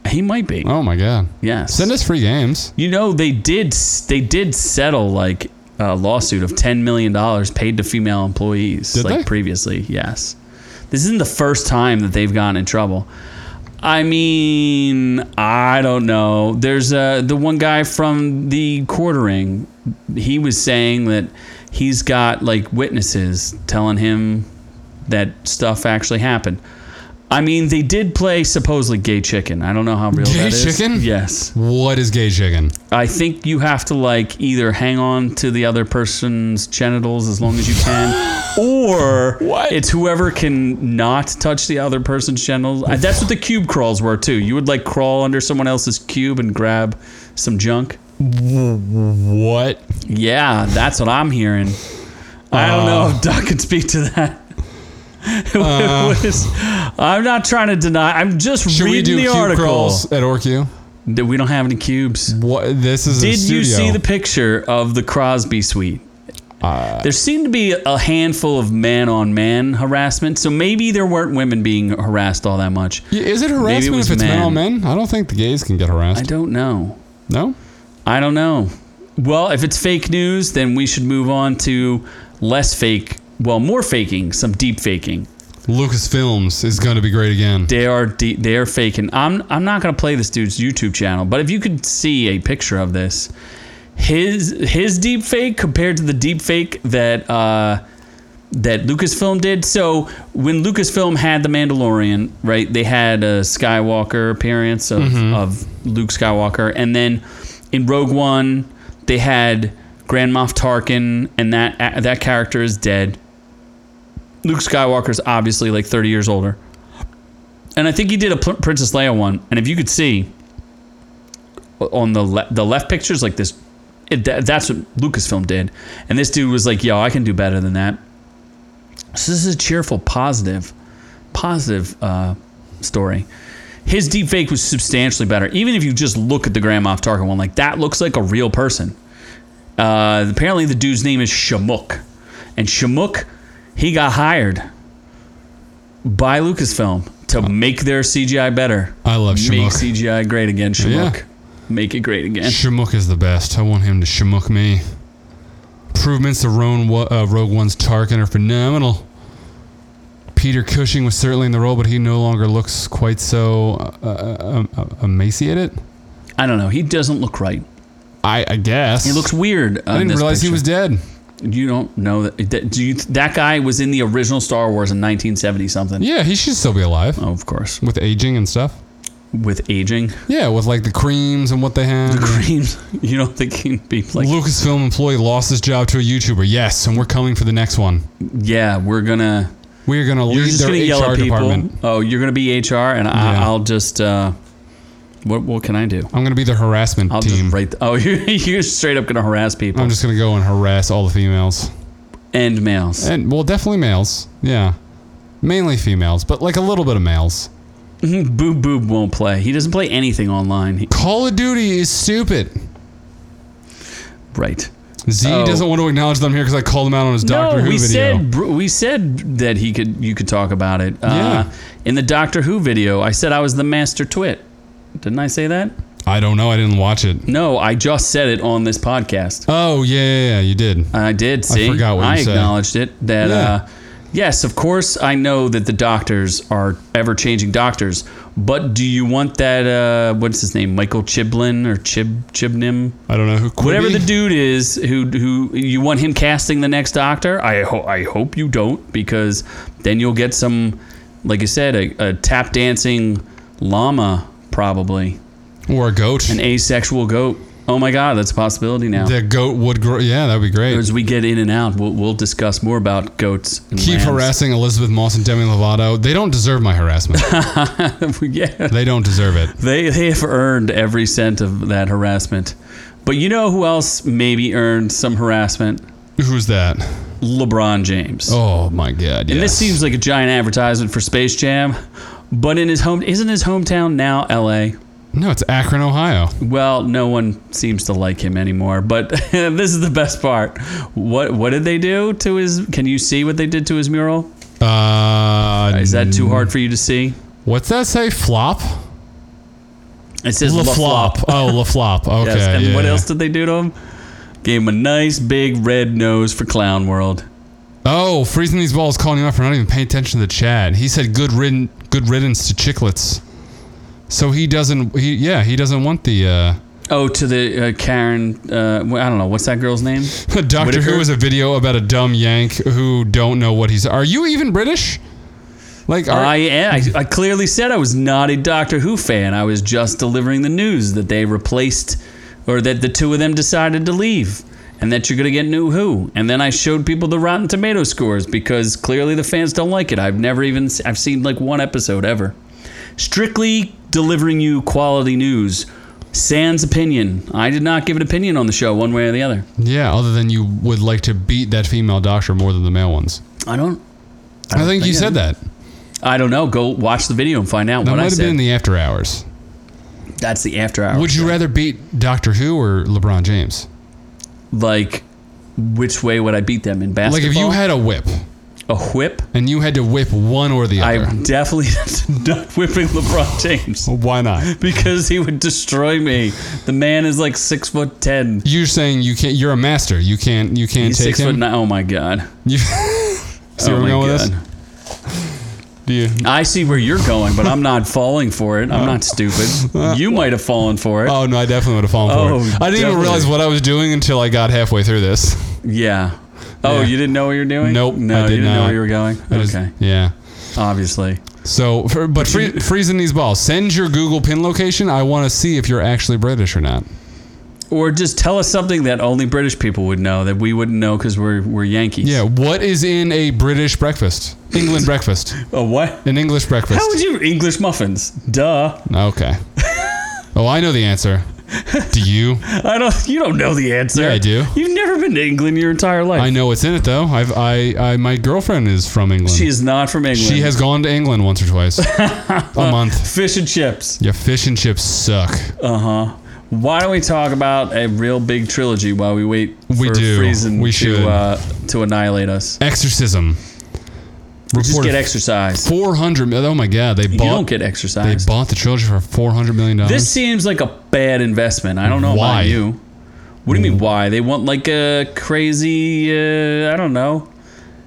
Speaker 1: He might be.
Speaker 2: Oh my God.
Speaker 1: yes.
Speaker 2: Send us free games.
Speaker 1: You know they did s- they did settle like a lawsuit of ten million dollars paid to female employees
Speaker 2: Did
Speaker 1: like
Speaker 2: they?
Speaker 1: previously. Yes, this isn't the first time that they've gotten in trouble. I mean, I don't know. There's uh, the one guy from the quartering. He was saying that he's got like witnesses telling him that stuff actually happened. I mean, they did play supposedly gay chicken. I don't know how real
Speaker 2: Gay
Speaker 1: that is.
Speaker 2: chicken?
Speaker 1: Yes.
Speaker 2: What is gay chicken?
Speaker 1: I think you have to like either hang on to the other person's genitals as long as you can, or
Speaker 2: What?
Speaker 1: it's whoever can not touch the other person's genitals. Uh, That's what the cube crawls were too. You would like crawl under someone else's cube and grab some junk.
Speaker 2: What?
Speaker 1: Yeah, that's what I'm hearing. I don't know
Speaker 2: Uh.
Speaker 1: if Doc can speak to that. It was- I'm not trying to deny. I'm just
Speaker 2: Uh. Should we
Speaker 1: reading
Speaker 2: do
Speaker 1: the
Speaker 2: cube
Speaker 1: article.
Speaker 2: crawls at Orcu?
Speaker 1: That we don't have any cubes.
Speaker 2: What? This is a
Speaker 1: Did
Speaker 2: studio.
Speaker 1: you see the picture of the Crosby suite? there seemed to be a handful of man on man harassment, so maybe there weren't women being harassed all that much.
Speaker 2: Yeah, Is it harassment
Speaker 1: was
Speaker 2: if it's men on
Speaker 1: men.
Speaker 2: men? I don't think the gays can get
Speaker 1: I
Speaker 2: harassed.
Speaker 1: don't know.
Speaker 2: No?
Speaker 1: I don't know. Well, if it's fake news, then we should move on to less fake, well, more faking, some deep faking.
Speaker 2: Lucasfilms is going to be great again.
Speaker 1: They are de- they are faking. I'm I'm not gonna play this dude's YouTube channel, but if you could see a picture of this, his his deep fake compared to the deep fake that uh, that Lucasfilm did. So when Lucasfilm had the Mandalorian, right, they had a Skywalker appearance of, of Luke Skywalker, and then in Rogue One they had Grand Moff Tarkin, and that that character is dead. Luke Skywalker's obviously like 30 years older. And I think he did a Pl- Princess Leia one. And if you could see on the le- the left pictures like this, it, tha- that's what Lucasfilm did. And this dude was like, "Yo, I can do better than that." So this is a cheerful, positive, positive uh, story. His deep fake was substantially better. Even if you just look at the Grand Moff Tarkin one, like that looks like a real person. Uh, apparently, the dude's name is Shamook, and Shamook, he got hired by Lucasfilm to make their CGI better.
Speaker 2: I love
Speaker 1: Make
Speaker 2: Shamook.
Speaker 1: CGI great again, Shamook.
Speaker 2: Yeah.
Speaker 1: Make it great again.
Speaker 2: Shamook is the best. I want him to shamook me. Improvements to Roan, uh, Rogue One's Tarkin are phenomenal. Peter Cushing was certainly in the role, but he no longer looks quite so uh, uh, uh, emaciated.
Speaker 1: I don't know. He doesn't look right.
Speaker 2: I, I guess.
Speaker 1: He looks weird. uh,
Speaker 2: I didn't realize he was dead.
Speaker 1: You don't know that. that- Do you? That guy was in the original Star Wars in 1970 something.
Speaker 2: Yeah, he should still be alive
Speaker 1: Oh, of course.
Speaker 2: with aging and stuff.
Speaker 1: With aging,
Speaker 2: Yeah, with like the creams and what they have.
Speaker 1: creams. You don't think he'd be like?
Speaker 2: Lucasfilm employee lost his job to a YouTuber. Yes, and we're coming for the next one.
Speaker 1: Yeah, we're gonna.
Speaker 2: We are going to
Speaker 1: You're
Speaker 2: lead
Speaker 1: just
Speaker 2: their
Speaker 1: gonna
Speaker 2: HR
Speaker 1: yell at people.
Speaker 2: department.
Speaker 1: Oh, you're gonna be HR, and I,
Speaker 2: Yeah.
Speaker 1: I'll just. Uh, what what can I do?
Speaker 2: I'm going to be the harassment
Speaker 1: I'll
Speaker 2: team. Oh.
Speaker 1: just write. oh, you're, you're straight up gonna harass people
Speaker 2: I'm just going to go and harass all the females.
Speaker 1: and males.
Speaker 2: And well, definitely males. Yeah. Mainly females, but like a little bit of males.
Speaker 1: Boob Boob won't play. He doesn't play anything online. He-
Speaker 2: Call of Duty is stupid.
Speaker 1: right.
Speaker 2: Z
Speaker 1: Oh.
Speaker 2: doesn't want to acknowledge that I'm here because I called him out on his Doctor
Speaker 1: no,
Speaker 2: Who
Speaker 1: we
Speaker 2: video.
Speaker 1: said br- we said that he could you could talk about it.
Speaker 2: Yeah.
Speaker 1: Uh, in the Doctor Who video, I said I was the master twit. Didn't I say that?
Speaker 2: I don't know. I didn't watch it.
Speaker 1: No, I just said it on this podcast.
Speaker 2: Oh yeah, yeah, yeah you did.
Speaker 1: I did see.
Speaker 2: forgot what you
Speaker 1: I
Speaker 2: said.
Speaker 1: acknowledged it. That
Speaker 2: Yeah.
Speaker 1: uh, yes, of course, I know that the doctors are ever changing doctors. But do you want that? Uh, what's his name? Michael Chiblin or Chib Chibnim?
Speaker 2: I don't know who. Quibi?
Speaker 1: Whatever the dude is who who you want him casting the next doctor. I ho- I hope you don't because then you'll get some, like you said, a, a tap dancing llama probably
Speaker 2: or a goat.
Speaker 1: an asexual goat. Oh my God, that's a possibility now.
Speaker 2: The goat would grow. Yeah, that'd be great.
Speaker 1: As we get in and out, we'll, we'll discuss more about goats. And
Speaker 2: Keep harassing Elizabeth Moss and Demi Lovato. They don't deserve my harassment.
Speaker 1: harassing. yeah,
Speaker 2: they don't deserve it.
Speaker 1: they they have earned every cent of that harassment. But you know who else maybe earned some harassment?
Speaker 2: Who's that?
Speaker 1: LeBron James.
Speaker 2: Oh my god. Yes.
Speaker 1: And this seems like a giant advertisement for Space Jam, but in his home isn't his hometown now L.A.
Speaker 2: no, it's Akron, Ohio.
Speaker 1: Well, no one seems to like him anymore. But this is the best part. What what did they do to his? Can you see what they did to his mural?
Speaker 2: Uh,
Speaker 1: Is that too hard for you to see?
Speaker 2: What's that say? Flop.
Speaker 1: It says
Speaker 2: La
Speaker 1: La
Speaker 2: flop.
Speaker 1: Flop.
Speaker 2: Oh, la flop. Okay.
Speaker 1: Yes. and
Speaker 2: yeah,
Speaker 1: what
Speaker 2: yeah.
Speaker 1: else did they do to him? Gave him a nice big red nose for Clown World.
Speaker 2: Oh, freezing these balls, calling him out for not even paying attention to the chat. He said, "Good ridden, good riddance to chicklets." So he doesn't. He yeah, he doesn't want the uh,
Speaker 1: Oh, to the uh, Karen. Uh, wh- I don't know what's that girl's name.
Speaker 2: uh, Doctor
Speaker 1: Whitaker?
Speaker 2: Who is a video about a dumb Yank who don't know what he's. Are you even British? Like, are,
Speaker 1: I, I I clearly said I was not a Doctor Who fan. I was just delivering the news that they replaced, or that the two of them decided to leave, and that you're gonna get new Who. And then I showed people the Rotten Tomato scores because clearly the fans don't like it. I've never even s- I've seen like one episode ever. Strictly delivering you quality news. Sans opinion. I did not give an opinion on the show one way or the other.
Speaker 2: yeah, other than you would like to beat that female doctor more than the male ones.
Speaker 1: I don't.
Speaker 2: I, think you
Speaker 1: think I
Speaker 2: said that.
Speaker 1: I don't know. Go watch the video and find out
Speaker 2: That
Speaker 1: what
Speaker 2: might
Speaker 1: I
Speaker 2: have
Speaker 1: said. Oh,
Speaker 2: been in the after hours.
Speaker 1: That's the after hours.
Speaker 2: Would you rather beat Doctor Who or LeBron James?
Speaker 1: like which way would I beat them in basketball?
Speaker 2: Like, if you had a whip
Speaker 1: a whip,
Speaker 2: and you had to whip one or the other,
Speaker 1: I'm definitely not whipping LeBron James
Speaker 2: why not?
Speaker 1: because he would destroy me. The man is like six foot ten.
Speaker 2: You're saying you can't. You're a master. You can't. You can't
Speaker 1: He's
Speaker 2: take
Speaker 1: six
Speaker 2: him.
Speaker 1: foot nine. Oh my god.
Speaker 2: You, see
Speaker 1: oh
Speaker 2: where I'm
Speaker 1: my
Speaker 2: going with
Speaker 1: God.
Speaker 2: this? Do you?
Speaker 1: I see where you're going, but I'm not falling for it. I'm not stupid. You might have fallen for it.
Speaker 2: Oh no, I definitely would have fallen for
Speaker 1: Oh,
Speaker 2: it. I didn't even
Speaker 1: definitely.
Speaker 2: realize what I was doing until I got halfway through this.
Speaker 1: yeah. Oh,
Speaker 2: Yeah.
Speaker 1: you didn't know what you were doing?
Speaker 2: Nope,
Speaker 1: No,
Speaker 2: I did
Speaker 1: you didn't know
Speaker 2: not.
Speaker 1: where you were going.
Speaker 2: I just-
Speaker 1: okay.
Speaker 2: Yeah.
Speaker 1: Obviously.
Speaker 2: So, for, but free, freezing these balls. Send your Google pin location. I want to see if you're actually British or not.
Speaker 1: Or just tell us something that only British people would know that we wouldn't know because we're we're Yankees.
Speaker 2: Yeah. What is in a British breakfast? England breakfast.
Speaker 1: A what?
Speaker 2: An English breakfast.
Speaker 1: How would you English muffins? Duh.
Speaker 2: okay. Oh, I know the answer. Do you?
Speaker 1: I don't. You don't know the answer.
Speaker 2: Yeah, I do.
Speaker 1: You've never been to England your entire life.
Speaker 2: I know what's in it though. I've, I, I, my girlfriend is from England.
Speaker 1: She is not from England.
Speaker 2: She has gone to England once or twice. a month.
Speaker 1: fish and chips.
Speaker 2: Yeah, fish and chips suck.
Speaker 1: Uh huh. Why don't we talk about a real big trilogy while we wait
Speaker 2: We
Speaker 1: for
Speaker 2: do.
Speaker 1: Friesen
Speaker 2: We should.
Speaker 1: to uh, to annihilate us?
Speaker 2: Exorcism.
Speaker 1: Just
Speaker 2: Reported
Speaker 1: get exercise.
Speaker 2: four hundred. Oh my god, they
Speaker 1: you don't
Speaker 2: bought.
Speaker 1: get
Speaker 2: They
Speaker 1: exercise.
Speaker 2: bought the trilogy for four hundred million
Speaker 1: This
Speaker 2: dollars.
Speaker 1: seems like a bad investment. I don't know
Speaker 2: Why? Mm.
Speaker 1: about you. What do you mean why? They want like a crazy. Uh, I don't know.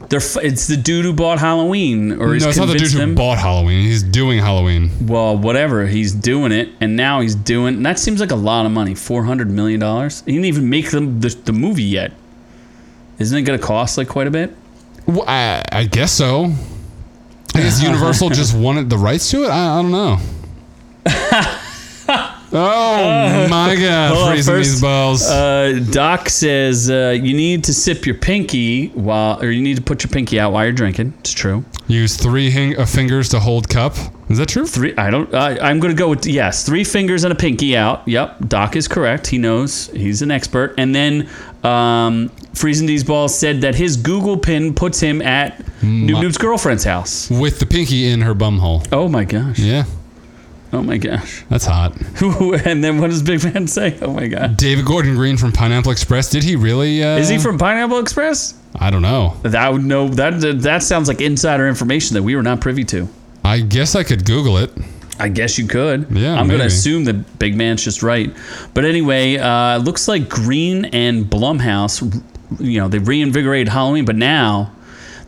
Speaker 1: They're f- it's the dude who bought Halloween or is
Speaker 2: No, it's not the dude
Speaker 1: convinced
Speaker 2: who
Speaker 1: them.
Speaker 2: bought Halloween. He's doing Halloween.
Speaker 1: well, whatever. He's doing it, and now he's doing. and That seems like a lot of money. Four hundred million dollars. He didn't even make them the, the movie yet. Isn't it going to cost like quite a bit?
Speaker 2: Well, I, I guess so. I guess Universal just wanted the rights to it. I, I don't know. Oh my god,
Speaker 1: Uh, hold on,
Speaker 2: freezing
Speaker 1: first,
Speaker 2: these balls.
Speaker 1: Uh, Doc says uh, you need to sip your pinky while, or you need to put your pinky out while you're drinking. It's true.
Speaker 2: Use three hing- uh, fingers to hold cup. Is that true?
Speaker 1: Three. I don't. I, I'm going to go with yes. Three fingers and a pinky out. Yep. Doc is correct. He knows. He's an expert. And then um, freezing these balls said that his Google pin puts him at Noob Noob's girlfriend's house.
Speaker 2: With the pinky in her bumhole.
Speaker 1: Oh my gosh.
Speaker 2: Yeah,
Speaker 1: Oh my gosh.
Speaker 2: that's hot.
Speaker 1: and then what does Big Man say? Oh my god.
Speaker 2: David Gordon Green from Pineapple Express. Did he really? Uh,
Speaker 1: Is he from Pineapple Express?
Speaker 2: I don't know.
Speaker 1: That would know that that- that sounds like insider information that we were not privy to.
Speaker 2: I guess I could Google it.
Speaker 1: I guess you could.
Speaker 2: Yeah,
Speaker 1: I'm
Speaker 2: maybe.
Speaker 1: gonna assume the big man's just right. But anyway, uh, looks like Green and Blumhouse, you know, they reinvigorated Halloween, but now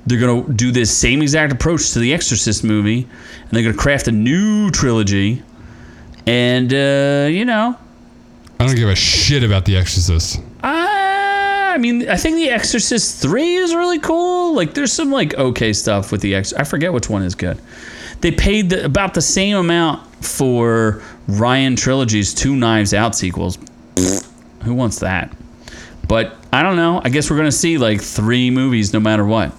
Speaker 1: they're gonna do this same exact approach to the Exorcist movie, and they're gonna craft a new trilogy. And uh, you know,
Speaker 2: I don't give a shit about The Exorcist.
Speaker 1: I, I mean, I think The Exorcist Three is really cool. Like, there's some like okay stuff with The Ex. I forget which one is good. They paid the, about the same amount for Ryan Trilogy's two Knives Out sequels. Who wants that? But I don't know. I guess we're gonna see like three movies, no matter what.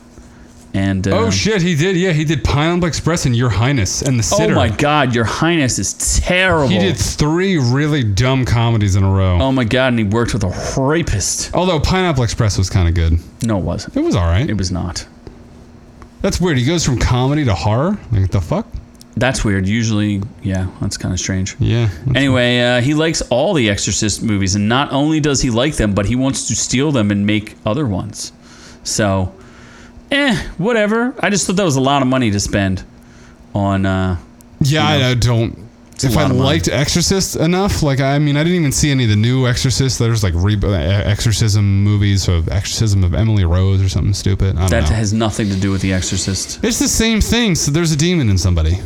Speaker 1: And uh,
Speaker 2: Oh shit, he did. Yeah, he did Pineapple Express and Your Highness and The
Speaker 1: oh
Speaker 2: Sitter.
Speaker 1: my God, Your Highness is terrible.
Speaker 2: He did three really dumb comedies in a row.
Speaker 1: Oh my God, and he worked with a rapist.
Speaker 2: Although Pineapple Express was kind of good.
Speaker 1: No, it wasn't.
Speaker 2: It was all right.
Speaker 1: It was not.
Speaker 2: That's weird. He goes from comedy to horror. Like what the fuck?
Speaker 1: That's weird. Usually, yeah, that's kind of strange.
Speaker 2: Yeah.
Speaker 1: Anyway, uh, he likes all the Exorcist movies, and not only does he like them, but he wants to steal them and make other ones. So, eh, whatever. I just thought that was a lot of money to spend on. Uh,
Speaker 2: Yeah, I, I don't.
Speaker 1: a
Speaker 2: If I
Speaker 1: lot of money.
Speaker 2: liked Exorcist enough, like I mean, I didn't even see any of the new Exorcist. There's like re- uh, exorcism movies of Exorcism of Emily Rose or something stupid. I don't
Speaker 1: that
Speaker 2: know.
Speaker 1: has nothing to do with The Exorcist.
Speaker 2: it's the same thing. So there's a demon in somebody.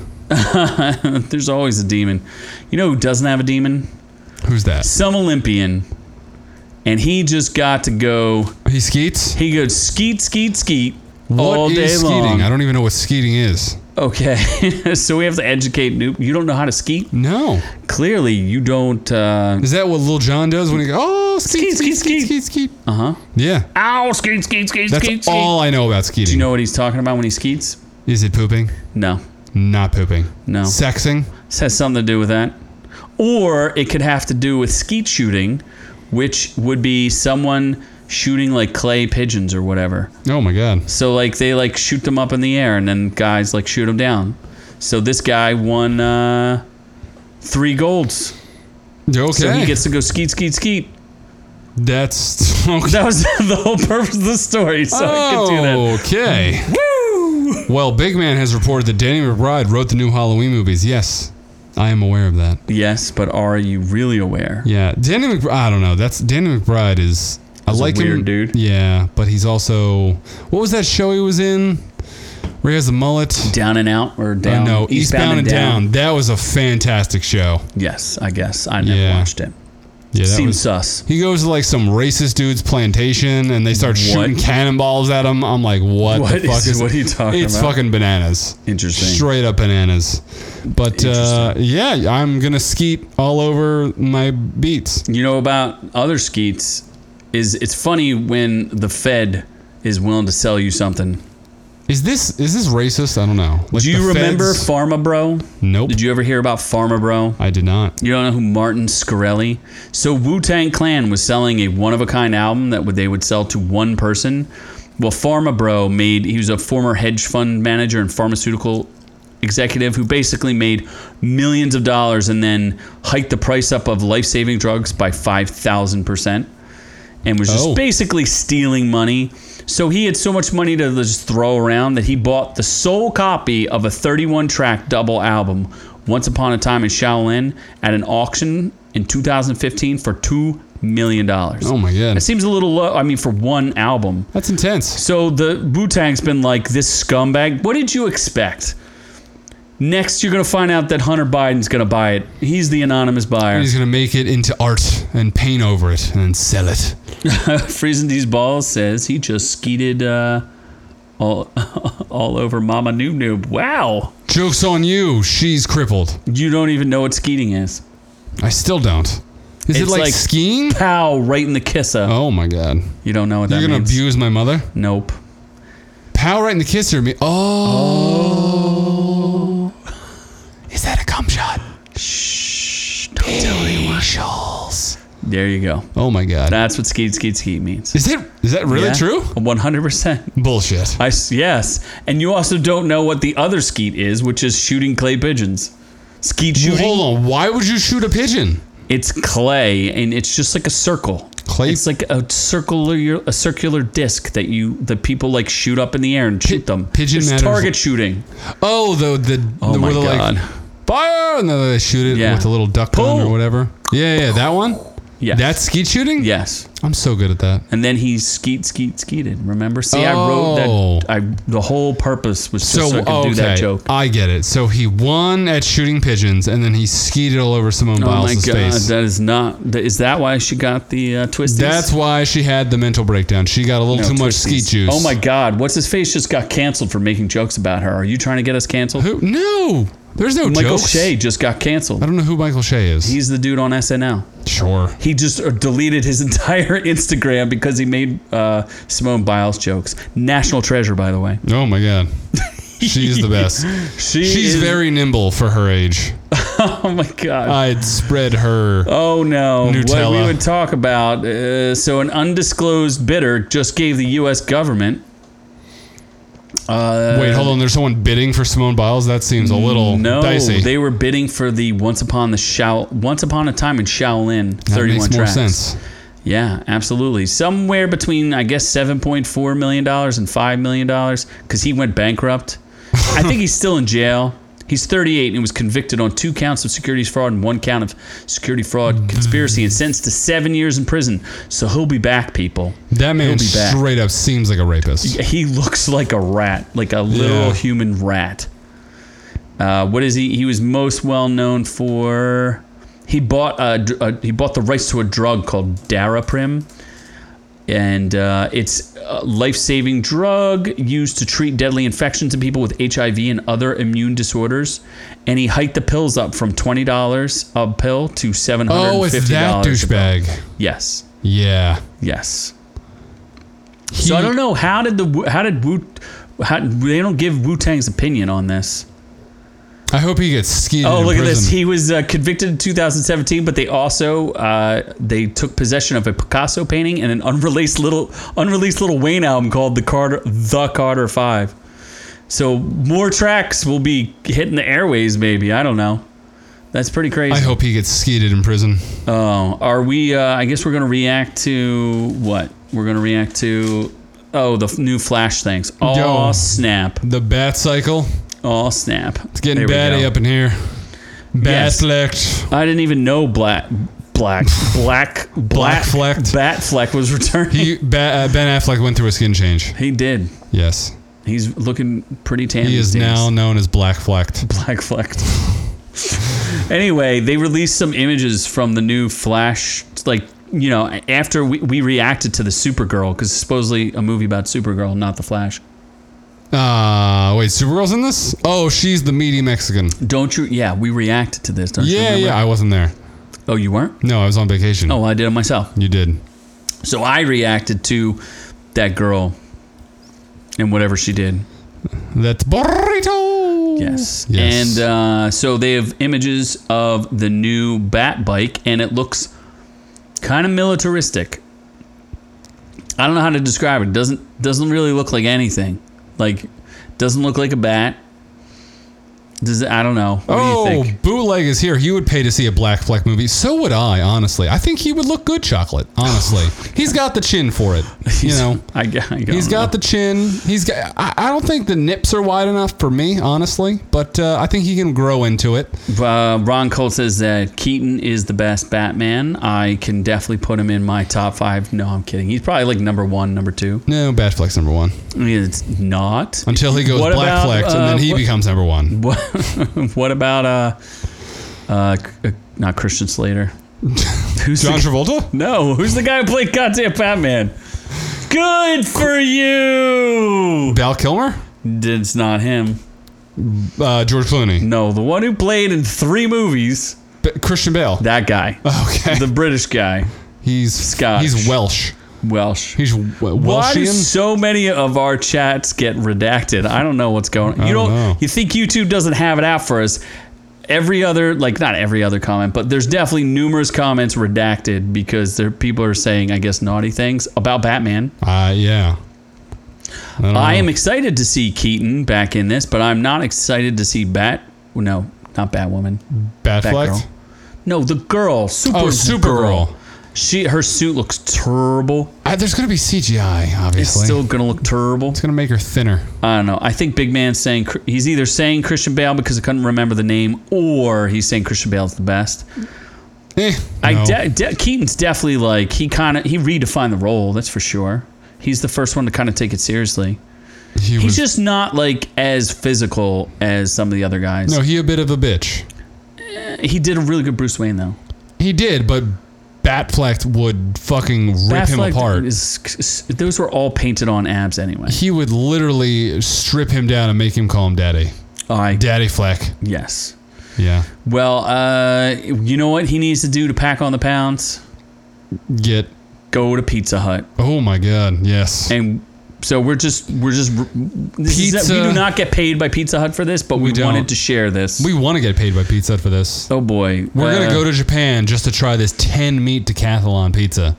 Speaker 1: There's always a demon. You know who doesn't have a demon?
Speaker 2: Who's that?
Speaker 1: Some Olympian. And he just got to go.
Speaker 2: He skeets.
Speaker 1: He goes skeet, skeet, skeet
Speaker 2: What
Speaker 1: all
Speaker 2: is
Speaker 1: day
Speaker 2: skeeting?
Speaker 1: long.
Speaker 2: I don't even know what skeeting is.
Speaker 1: Okay, so we have to educate Noob. You don't know how to skeet?
Speaker 2: No.
Speaker 1: Clearly, you don't. Uh
Speaker 2: Is that what Lil John does when he goes, oh, skeet, skeet,
Speaker 1: Skeet,
Speaker 2: skeet,
Speaker 1: skeet, Uh-huh.
Speaker 2: skeet, skeet?
Speaker 1: huh.
Speaker 2: Yeah.
Speaker 1: Ow! Skeet, skeet, skeet,
Speaker 2: That's
Speaker 1: skeet, skeet.
Speaker 2: all I know about skeeting.
Speaker 1: You know what he's talking about when he skeets?
Speaker 2: is it pooping?
Speaker 1: No,
Speaker 2: Not pooping.
Speaker 1: no.
Speaker 2: Sexing?
Speaker 1: This has something to do with that, or it could have to do with skeet shooting, which would be someone shooting like clay pigeons or whatever.
Speaker 2: Oh my God.
Speaker 1: So like they like shoot them up in the air and then guys like shoot them down. So this guy won uh, three golds.
Speaker 2: Okay.
Speaker 1: So he gets to go skeet, skeet, skeet.
Speaker 2: That's okay.
Speaker 1: That was the whole purpose of the story. So I could do
Speaker 2: Oh.
Speaker 1: that.
Speaker 2: Okay. Woo! Well, Big Man has reported that Danny McBride wrote the new Halloween movies. Yes, I am aware of that.
Speaker 1: Yes, but are you really aware?
Speaker 2: Yeah, Danny McBride. I don't know. That's Danny McBride is. I
Speaker 1: He's a
Speaker 2: like him,
Speaker 1: weird dude.
Speaker 2: Yeah, but he's also. What was that show he was in? Where he has the mullet.
Speaker 1: Down and out or
Speaker 2: Uh,
Speaker 1: down?
Speaker 2: no, Eastbound, and down. That was a fantastic show.
Speaker 1: Yes, I guess I never
Speaker 2: Yeah.
Speaker 1: watched it.
Speaker 2: Yeah, that
Speaker 1: Seems
Speaker 2: was.
Speaker 1: sus.
Speaker 2: He goes to like some racist dude's plantation and they start shooting cannonballs at him. I'm like, what,
Speaker 1: What
Speaker 2: the fuck
Speaker 1: is-
Speaker 2: is,
Speaker 1: what are you talking
Speaker 2: It's
Speaker 1: about?
Speaker 2: fucking bananas.
Speaker 1: Interesting.
Speaker 2: Straight up bananas. But uh, yeah, I'm gonna skeet all over my beats.
Speaker 1: You know about other skeets? Is it's funny when the Fed is willing to sell you something.
Speaker 2: Is this is this racist? I don't know. Like
Speaker 1: Do
Speaker 2: the
Speaker 1: you remember
Speaker 2: feds-
Speaker 1: Pharma Bro?
Speaker 2: nope.
Speaker 1: Did you ever hear about Pharma Bro?
Speaker 2: I did not.
Speaker 1: You don't know who Martin Scarelli? So Wu Tang Clan was selling a one of a kind album that would they would sell to one person. Well, Pharma Bro made he was a former hedge fund manager and pharmaceutical executive who basically made millions of dollars and then hiked the price up of life saving drugs by five thousand percent and was just
Speaker 2: Oh.
Speaker 1: basically stealing money. So he had so much money to just throw around that he bought the sole copy of a 31 track double album, Once Upon a Time in Shaolin, at an auction in 2015 for $2 million.
Speaker 2: Oh my god.
Speaker 1: That seems a little low, I mean, for one album.
Speaker 2: That's intense.
Speaker 1: So the Wu Tang's been like, this scumbag, what did you expect? Next, you're going to find out that Hunter Biden's going to buy it. He's the anonymous buyer.
Speaker 2: He's gonna make it into art and paint over it and then sell it.
Speaker 1: Freezing these balls says he just skeeted uh, all all over Mama Noob Noob. Wow,
Speaker 2: Joke's on you. She's crippled.
Speaker 1: you don't even know what skeeting is.
Speaker 2: I still don't. Is it
Speaker 1: It's
Speaker 2: like,
Speaker 1: like-
Speaker 2: skiing?
Speaker 1: Pow! Right in the kisser.
Speaker 2: Oh my god.
Speaker 1: You don't know what that
Speaker 2: You're gonna
Speaker 1: means.
Speaker 2: abuse my mother?
Speaker 1: nope.
Speaker 2: Pow right in the kisser me.
Speaker 1: Oh.
Speaker 2: Oh. Is that a cum shot?
Speaker 1: Shh! Don't tell anyone. There you go.
Speaker 2: Oh my god.
Speaker 1: That's what skeet skeet skeet means.
Speaker 2: Is it is that really
Speaker 1: Yeah?
Speaker 2: true?
Speaker 1: 100%.
Speaker 2: Bullshit.
Speaker 1: I s yes. And you also don't know what the other skeet is, which is shooting clay pigeons. Skeet
Speaker 2: Well,
Speaker 1: shooting.
Speaker 2: Hold on. Why would you shoot a pigeon?
Speaker 1: It's clay, and it's just like a circle.
Speaker 2: Clay-
Speaker 1: It's like a circular, a circular disc that you the people like shoot up in the air and shoot them.
Speaker 2: pigeon
Speaker 1: There's
Speaker 2: matters-
Speaker 1: target shooting.
Speaker 2: Oh, the the,
Speaker 1: Oh
Speaker 2: the
Speaker 1: my
Speaker 2: where they're
Speaker 1: god.
Speaker 2: like fire and then they shoot it
Speaker 1: Yeah.
Speaker 2: with a little duck gun or
Speaker 1: Pull.
Speaker 2: whatever. Yeah, yeah, that one?
Speaker 1: yes.
Speaker 2: That's skeet shooting?
Speaker 1: yes.
Speaker 2: I'm so good at that.
Speaker 1: And then he skeet skeet skeeted. Remember? See, I
Speaker 2: Oh.
Speaker 1: wrote that. I the whole purpose was
Speaker 2: So,
Speaker 1: just so, I could
Speaker 2: okay,
Speaker 1: do that joke.
Speaker 2: I get it. So he won at shooting pigeons, and then he skied it all over Simone
Speaker 1: Oh my
Speaker 2: Biles'
Speaker 1: god,
Speaker 2: face.
Speaker 1: that is not. That, is that why she got the uh, twisties?
Speaker 2: That's why she had the mental breakdown. She got a little
Speaker 1: No,
Speaker 2: too much
Speaker 1: twisties.
Speaker 2: skeet juice.
Speaker 1: Oh my god, what's his face just got canceled for making jokes about her? Are you trying to get us canceled?
Speaker 2: Who? No, there's no
Speaker 1: Michael
Speaker 2: jokes.
Speaker 1: Shea just got
Speaker 2: I
Speaker 1: canceled.
Speaker 2: don't know who Michael Shea is.
Speaker 1: He's the dude on SNL.
Speaker 2: sure.
Speaker 1: He just uh, deleted his entire Instagram because he made uh, Simone Biles jokes. National treasure, by the way.
Speaker 2: Oh my god, she's the best.
Speaker 1: She
Speaker 2: She's
Speaker 1: is-
Speaker 2: very nimble for her age.
Speaker 1: Oh my god.
Speaker 2: I'd spread her.
Speaker 1: Oh no! What
Speaker 2: Nutella.
Speaker 1: we would talk about. Uh, so, an undisclosed bidder just gave the U.S. government. Uh,
Speaker 2: Wait, hold on. There's someone bidding for Simone Biles. That seems a little
Speaker 1: No,
Speaker 2: Oh, dicey.
Speaker 1: they were bidding for the Once Upon the Shao, Once Upon a Time in Shaolin
Speaker 2: that
Speaker 1: thirty-one
Speaker 2: makes more
Speaker 1: tracks.
Speaker 2: sense.
Speaker 1: Yeah, absolutely. Somewhere between I guess seven point four million dollars and five million dollars because he went bankrupt. I think he's still in jail. He's 38 and was convicted on two counts of securities fraud and one count of security fraud conspiracy and sentenced to seven years in prison. So he'll be back, people.
Speaker 2: That man
Speaker 1: be back.
Speaker 2: straight up seems like a rapist.
Speaker 1: He looks like a rat, like a literal
Speaker 2: Yeah.
Speaker 1: human rat. Uh, what is he? He was most well known for. He bought a, dr- uh he bought the rights to a drug called Daraprim, and uh, it's a life-saving drug used to treat deadly infections in people with HIV and other immune disorders. And he hiked the pills up from twenty dollars a pill to seven hundred.
Speaker 2: Oh, it's that douchebag.
Speaker 1: Yes,
Speaker 2: Yeah.
Speaker 1: yes. So I don't know how did the Wu- how did Wu how, they don't give Wu Tang's opinion on this.
Speaker 2: I hope he gets skied.
Speaker 1: Oh,
Speaker 2: in
Speaker 1: look at this!
Speaker 2: prison.
Speaker 1: He was uh, convicted in 2017, but they also uh, they took possession of a Picasso painting and an unreleased little unreleased little Wayne album called the Carter the Carter Five. So more tracks will be hitting the airways, maybe. I don't know. That's pretty crazy.
Speaker 2: I hope he gets skeeted in prison.
Speaker 1: Oh, are we? Uh, I guess we're gonna react to what? We're gonna react to oh the f- new Flash things. Oh
Speaker 2: Yo.
Speaker 1: snap!
Speaker 2: The bat cycle.
Speaker 1: Oh snap! It's
Speaker 2: Getting batty up in here. Bat
Speaker 1: Yes.
Speaker 2: flecked.
Speaker 1: I didn't even know black, black, black, black
Speaker 2: flecked.
Speaker 1: Bat fleck was returning. He,
Speaker 2: He, ba- uh, ben Affleck went through a skin change.
Speaker 1: did.
Speaker 2: Yes.
Speaker 1: He's looking pretty tan.
Speaker 2: He
Speaker 1: these
Speaker 2: is
Speaker 1: days.
Speaker 2: now known as Black Flecked.
Speaker 1: black flecked. anyway, they released some images from the new Flash, like. You know, after we, we reacted to the Supergirl, because supposedly a movie about Supergirl, not the Flash.
Speaker 2: Uh, wait, Supergirl's in this? Oh, she's the meaty Mexican.
Speaker 1: Don't you? Yeah, we reacted to this. Don't you
Speaker 2: Yeah,
Speaker 1: remember?
Speaker 2: yeah, I wasn't there.
Speaker 1: Oh, you weren't?
Speaker 2: No, I was on vacation.
Speaker 1: Oh, I did it myself.
Speaker 2: You did.
Speaker 1: So I reacted to that girl and whatever she did.
Speaker 2: That's burrito.
Speaker 1: Yes. And
Speaker 2: Yes.
Speaker 1: uh, so they have images of the new Bat bike, and it looks kind of militaristic. I don't know how to describe it. it. Doesn't doesn't really look like anything. Like, doesn't look like a bat. Does it, I don't know. What do you
Speaker 2: Oh,
Speaker 1: think?
Speaker 2: bootleg is here. He would pay to see a Black Fleck movie. So would I, honestly. I think he would look good, chocolate. Honestly, he's got the chin for it. You know,
Speaker 1: I, g- I
Speaker 2: he's got the chin. He's got. I, I don't think the nips are wide enough for me, honestly. But uh, I think he can grow into it.
Speaker 1: Uh, Ron Cole says that Keaton is the best Batman. I can definitely put him in my top five. No, I'm kidding. He's probably like number one, number two.
Speaker 2: No, Bad Fleck's number one
Speaker 1: It's not.
Speaker 2: until he goes
Speaker 1: What
Speaker 2: Black
Speaker 1: about,
Speaker 2: Flecked, and
Speaker 1: uh,
Speaker 2: then he
Speaker 1: what-
Speaker 2: becomes number one.
Speaker 1: What, what about uh, uh, c- not Christian Slater? Who's
Speaker 2: John
Speaker 1: the,
Speaker 2: Travolta.
Speaker 1: no? Who's the guy who played goddamn Batman? Good for you.
Speaker 2: Val Kilmer.
Speaker 1: It's not him.
Speaker 2: Uh, George Clooney.
Speaker 1: No, the one who played in three movies.
Speaker 2: B- Christian Bale.
Speaker 1: That guy.
Speaker 2: okay.
Speaker 1: The British guy.
Speaker 2: he's
Speaker 1: Scottish.
Speaker 2: He's Welsh.
Speaker 1: Welsh.
Speaker 2: He's w-
Speaker 1: Why do
Speaker 2: Welshian.
Speaker 1: so many of our chats get redacted? I don't know what's going on. You
Speaker 2: don't
Speaker 1: don't,
Speaker 2: know.
Speaker 1: you think YouTube doesn't have it out for us. Every other like not every other comment, but there's definitely numerous comments redacted because there people are saying, I guess, naughty things about Batman.
Speaker 2: Uh, yeah. I, don't
Speaker 1: I
Speaker 2: know.
Speaker 1: am excited to see Keaton back in this, but I'm not excited to see Bat no, not Batwoman.
Speaker 2: Batfleck.
Speaker 1: Batgirl. No, the girl, Super
Speaker 2: Oh, Supergirl.
Speaker 1: She her suit looks terrible.
Speaker 2: Uh, there's gonna be CGI,
Speaker 1: It's
Speaker 2: obviously. It's,
Speaker 1: still gonna look terrible.
Speaker 2: gonna make her thinner.
Speaker 1: I don't know. I think Big Man's saying he's either saying Christian Bale because I couldn't remember the name, or he's saying Christian Bale's the best.
Speaker 2: Eh,
Speaker 1: I
Speaker 2: no.
Speaker 1: de- de- Keaton's definitely like he kind of he redefined the role. That's for sure. He's the first one to kind of take it seriously.
Speaker 2: he was
Speaker 1: He's just not like as physical as some of the other guys.
Speaker 2: no, he a bit of a bitch.
Speaker 1: He did a really good Bruce Wayne though.
Speaker 2: He did, but Batfleck would fucking rip him
Speaker 1: Batfleck
Speaker 2: apart.
Speaker 1: is- those were all painted on abs anyway.
Speaker 2: he would literally strip him down and make him call him daddy.
Speaker 1: All right.
Speaker 2: Daddy Fleck.
Speaker 1: Yes.
Speaker 2: Yeah.
Speaker 1: Well, uh, you know what he needs to do to pack on the pounds?
Speaker 2: Get.
Speaker 1: Go to Pizza Hut.
Speaker 2: Oh my God. Yes.
Speaker 1: and so we're just we're just this is-
Speaker 2: Pizza-
Speaker 1: we do not get paid by Pizza Hut for this, but we,
Speaker 2: don't.
Speaker 1: wanted to share this.
Speaker 2: we want to get paid by Pizza Hut for this.
Speaker 1: oh boy,
Speaker 2: We're gonna go to Japan just to try this ten meat decathlon pizza.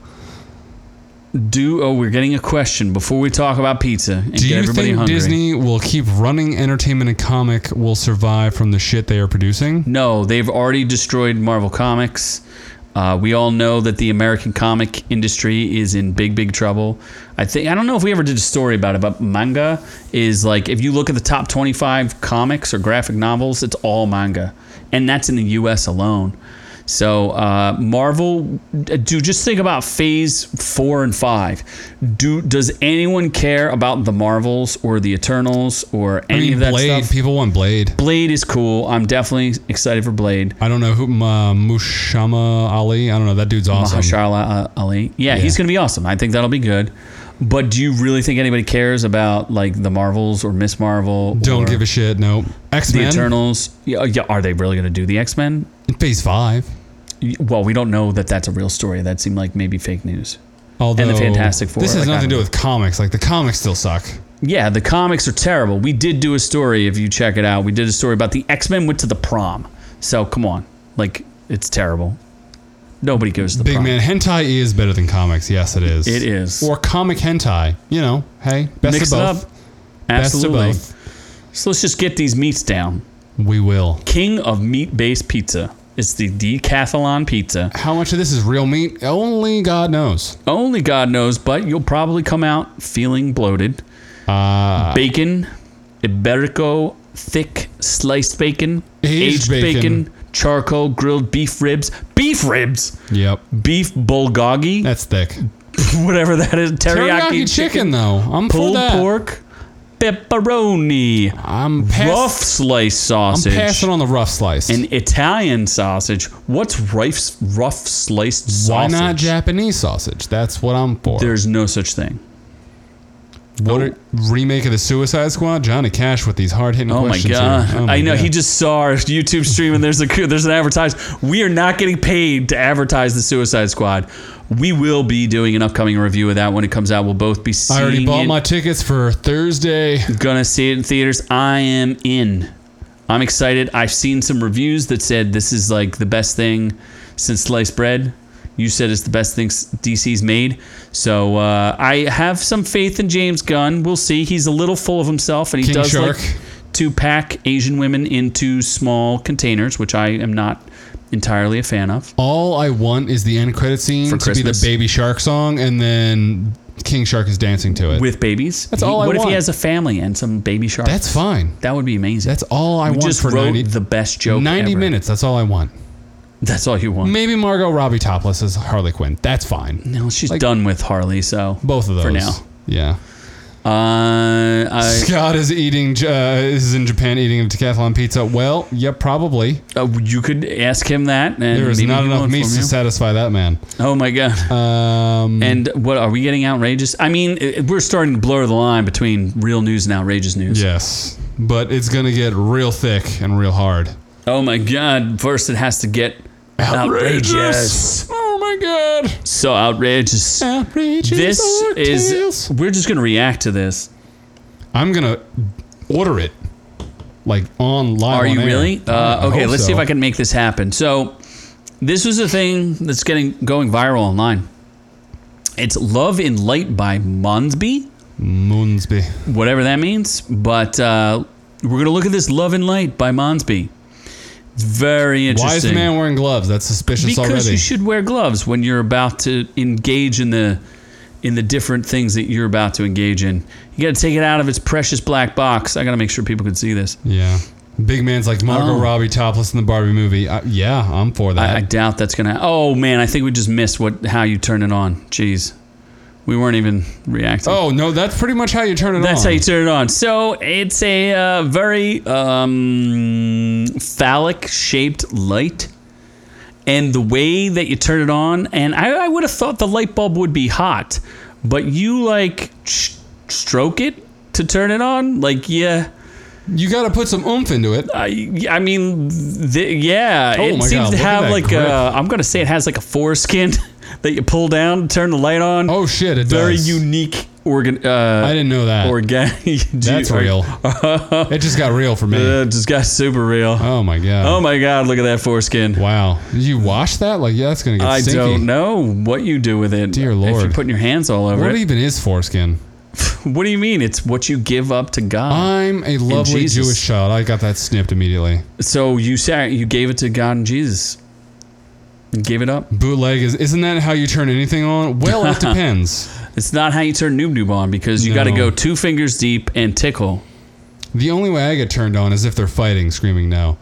Speaker 1: do. Oh, we're getting a question before we talk about pizza and
Speaker 2: Do
Speaker 1: get
Speaker 2: you
Speaker 1: everybody
Speaker 2: think
Speaker 1: hungry.
Speaker 2: Disney will keep running entertainment and comic will survive from the shit they are producing?
Speaker 1: No, they've already destroyed Marvel Comics. Uh, we all know that the American comic industry is in big, big trouble. I think I don't know if we ever did a story about it, but manga is like if you look at the top 25 comics or graphic novels, it's all manga, and that's in the U.S. alone. So uh, Marvel, do just think about Phase Four and Five. Do does anyone care about the Marvels or the Eternals or
Speaker 2: I
Speaker 1: any
Speaker 2: mean,
Speaker 1: of that
Speaker 2: Blade.
Speaker 1: stuff?
Speaker 2: People want Blade.
Speaker 1: Blade is cool. I'm definitely excited for Blade.
Speaker 2: I don't know who uh, Mushama Ali. I don't know. That dude's awesome.
Speaker 1: Mahershala uh, Ali. Yeah, he's going to be awesome. I think that'll be good. But do you really think anybody cares about like the Marvels or Miss Marvel?
Speaker 2: Don't
Speaker 1: or
Speaker 2: give a shit. No. X
Speaker 1: the
Speaker 2: Men.
Speaker 1: Eternals. Yeah, uh, yeah, are they really going to do the X Men?
Speaker 2: Phase five.
Speaker 1: Well, we don't know that that's a real story. That seemed like maybe fake news.
Speaker 2: Although
Speaker 1: Fantastic Four,
Speaker 2: This has
Speaker 1: like, I
Speaker 2: nothing to do
Speaker 1: don't-
Speaker 2: with comics. Like the comics still suck.
Speaker 1: Yeah, the comics are terrible. We did do a story if you check it out. We did a story about the X Men went to the prom. So come on, like it's terrible. Nobody goes to the
Speaker 2: Big
Speaker 1: prom.
Speaker 2: man, hentai is better than comics. Yes, it is.
Speaker 1: It is.
Speaker 2: Or comic hentai. You know, hey, best
Speaker 1: Mix
Speaker 2: of
Speaker 1: it
Speaker 2: both.
Speaker 1: up.
Speaker 2: Best of
Speaker 1: Absolutely.
Speaker 2: both.
Speaker 1: So let's just get these meats down.
Speaker 2: We will.
Speaker 1: King of meat based pizza. It's the decathlon pizza.
Speaker 2: How much of this is real meat? Only God knows.
Speaker 1: Only God knows, but you'll probably come out feeling bloated.
Speaker 2: Uh,
Speaker 1: Bacon, Iberico, thick sliced bacon,
Speaker 2: Aged bacon.
Speaker 1: charcoal, grilled beef ribs, beef ribs,
Speaker 2: yep.
Speaker 1: beef bulgogi,
Speaker 2: That's thick.
Speaker 1: whatever that is, teriyaki,
Speaker 2: Teriyaki chicken, though. I'm for
Speaker 1: pulled
Speaker 2: that.
Speaker 1: pork, pepperoni,
Speaker 2: I'm pass-
Speaker 1: rough slice
Speaker 2: I'm
Speaker 1: sausage.
Speaker 2: passing on the rough slice.
Speaker 1: an Italian sausage. What's rife, rough sliced
Speaker 2: Why
Speaker 1: sausage?
Speaker 2: not Japanese sausage? That's what I'm for.
Speaker 1: There's no such thing.
Speaker 2: what a remake of the Suicide Squad? Johnny Cash with these hard hitting
Speaker 1: Oh my
Speaker 2: questions.
Speaker 1: god!
Speaker 2: here. Oh my
Speaker 1: I know
Speaker 2: God.
Speaker 1: he just saw our YouTube stream and there's a there's an advertise. We are not getting paid to advertise the Suicide Squad. We will be doing an upcoming review of that when it comes out. We'll both be seeing
Speaker 2: I already bought
Speaker 1: it.
Speaker 2: my tickets for Thursday.
Speaker 1: Gonna see it in theaters. I am in. I'm excited. I've seen some reviews that said this is like the best thing since sliced bread. You said it's the best thing s- DC's made. So uh, I have some faith in James Gunn. We'll see. He's a little full of himself, and he
Speaker 2: King
Speaker 1: does
Speaker 2: Shark.
Speaker 1: like to pack Asian women into small containers, which I am not entirely a fan of.
Speaker 2: All I want is the end credit scene
Speaker 1: For
Speaker 2: to be the
Speaker 1: Christmas.
Speaker 2: Baby Shark song, and then King Shark is dancing to it.
Speaker 1: With babies, that's
Speaker 2: all I
Speaker 1: What if
Speaker 2: want.
Speaker 1: he has a family and some baby sharks?
Speaker 2: That's fine.
Speaker 1: That would be amazing.
Speaker 2: That's all I
Speaker 1: we
Speaker 2: want
Speaker 1: just
Speaker 2: for
Speaker 1: wrote
Speaker 2: 90,
Speaker 1: the best joke.
Speaker 2: 90
Speaker 1: ever.
Speaker 2: minutes. That's all I want.
Speaker 1: That's all you want.
Speaker 2: Maybe Margot Robbie topless as Harley Quinn. That's fine.
Speaker 1: No, she's done with Harley, so
Speaker 2: Both of those.
Speaker 1: for now.
Speaker 2: Yeah.
Speaker 1: Uh, I,
Speaker 2: Scott is eating. Uh, is in Japan eating a decathlon pizza. Well, yeah, probably.
Speaker 1: uh, you could ask him that, and
Speaker 2: There is
Speaker 1: maybe
Speaker 2: not
Speaker 1: he'll
Speaker 2: enough
Speaker 1: inform
Speaker 2: meats to
Speaker 1: you.
Speaker 2: satisfy that man.
Speaker 1: Oh my god!
Speaker 2: Um,
Speaker 1: and what are we getting outrageous? I mean, it, we're starting to blur the line between real news and outrageous news.
Speaker 2: yes, but it's gonna get real thick and real hard.
Speaker 1: Oh my god! First, it has to get Outrageous.
Speaker 2: Oh my god.
Speaker 1: So outrageous.
Speaker 2: Outrageous.
Speaker 1: This
Speaker 2: are
Speaker 1: is.
Speaker 2: tales.
Speaker 1: We're just gonna react to this.
Speaker 2: I'm gonna order it, like on live.
Speaker 1: Are
Speaker 2: on
Speaker 1: you
Speaker 2: air.
Speaker 1: really?
Speaker 2: I
Speaker 1: Uh, okay,
Speaker 2: hope
Speaker 1: let's see if
Speaker 2: so.
Speaker 1: I can make this happen. So, this was a thing that's getting going viral online. It's "Love in Light" by Monsby,
Speaker 2: Moonsby.
Speaker 1: whatever that means. But uh, we're gonna look at this "Love in Light" by Monsby. It's very interesting.
Speaker 2: Why is the man wearing gloves? That's suspicious
Speaker 1: because
Speaker 2: already.
Speaker 1: you should wear gloves when you're about to engage in the in the different things that you're about to engage in. You got to take it out of its precious black box. I got to make sure people can see this.
Speaker 2: yeah. Big man's like Margot
Speaker 1: Oh.
Speaker 2: Robbie topless in the Barbie movie. I, yeah, I'm for that.
Speaker 1: I, I doubt that's gonna. Oh man, I think we just missed what how you turn it on. Jeez, we weren't even reacting.
Speaker 2: oh no, that's pretty much how you turn it on.
Speaker 1: That's how you turn it on. So it's a uh, very um, phallic shaped light. And the way that you turn it on, and I, I would have thought the light bulb would be hot, but you like sh- stroke it to turn it on. Like, yeah.
Speaker 2: You got to put some oomph into it.
Speaker 1: I, I mean, th- yeah.
Speaker 2: Oh
Speaker 1: it
Speaker 2: my
Speaker 1: seems
Speaker 2: God,
Speaker 1: to
Speaker 2: look at
Speaker 1: have
Speaker 2: that
Speaker 1: like
Speaker 2: grip.
Speaker 1: a, I'm going to say it has like a foreskin that you pull down, turn the light on.
Speaker 2: Oh shit, it
Speaker 1: Very
Speaker 2: does.
Speaker 1: unique organ.
Speaker 2: I
Speaker 1: Uh,
Speaker 2: didn't know that.
Speaker 1: organic.
Speaker 2: that's real. it just got real for me.
Speaker 1: Uh, just got super real.
Speaker 2: oh my god.
Speaker 1: Oh my god, look at that foreskin.
Speaker 2: Wow. Did you wash that? Like, yeah, that's gonna get
Speaker 1: I
Speaker 2: stinky.
Speaker 1: don't know what you do with it.
Speaker 2: Dear
Speaker 1: If you're
Speaker 2: Lord.
Speaker 1: putting your hands all over
Speaker 2: What
Speaker 1: it.
Speaker 2: even is foreskin?
Speaker 1: what do you mean? It's what you give up to God.
Speaker 2: I'm a lovely
Speaker 1: Jesus.
Speaker 2: Jewish child. I got that snipped immediately.
Speaker 1: so you sa you gave it to God and Jesus. You gave it up.
Speaker 2: Bootleg is isn't that how you turn anything on? Well, it depends.
Speaker 1: It's not how you turn noob noob on because you got to
Speaker 2: No.
Speaker 1: go two fingers deep and tickle.
Speaker 2: The only way I get turned on is if they're fighting, screaming no.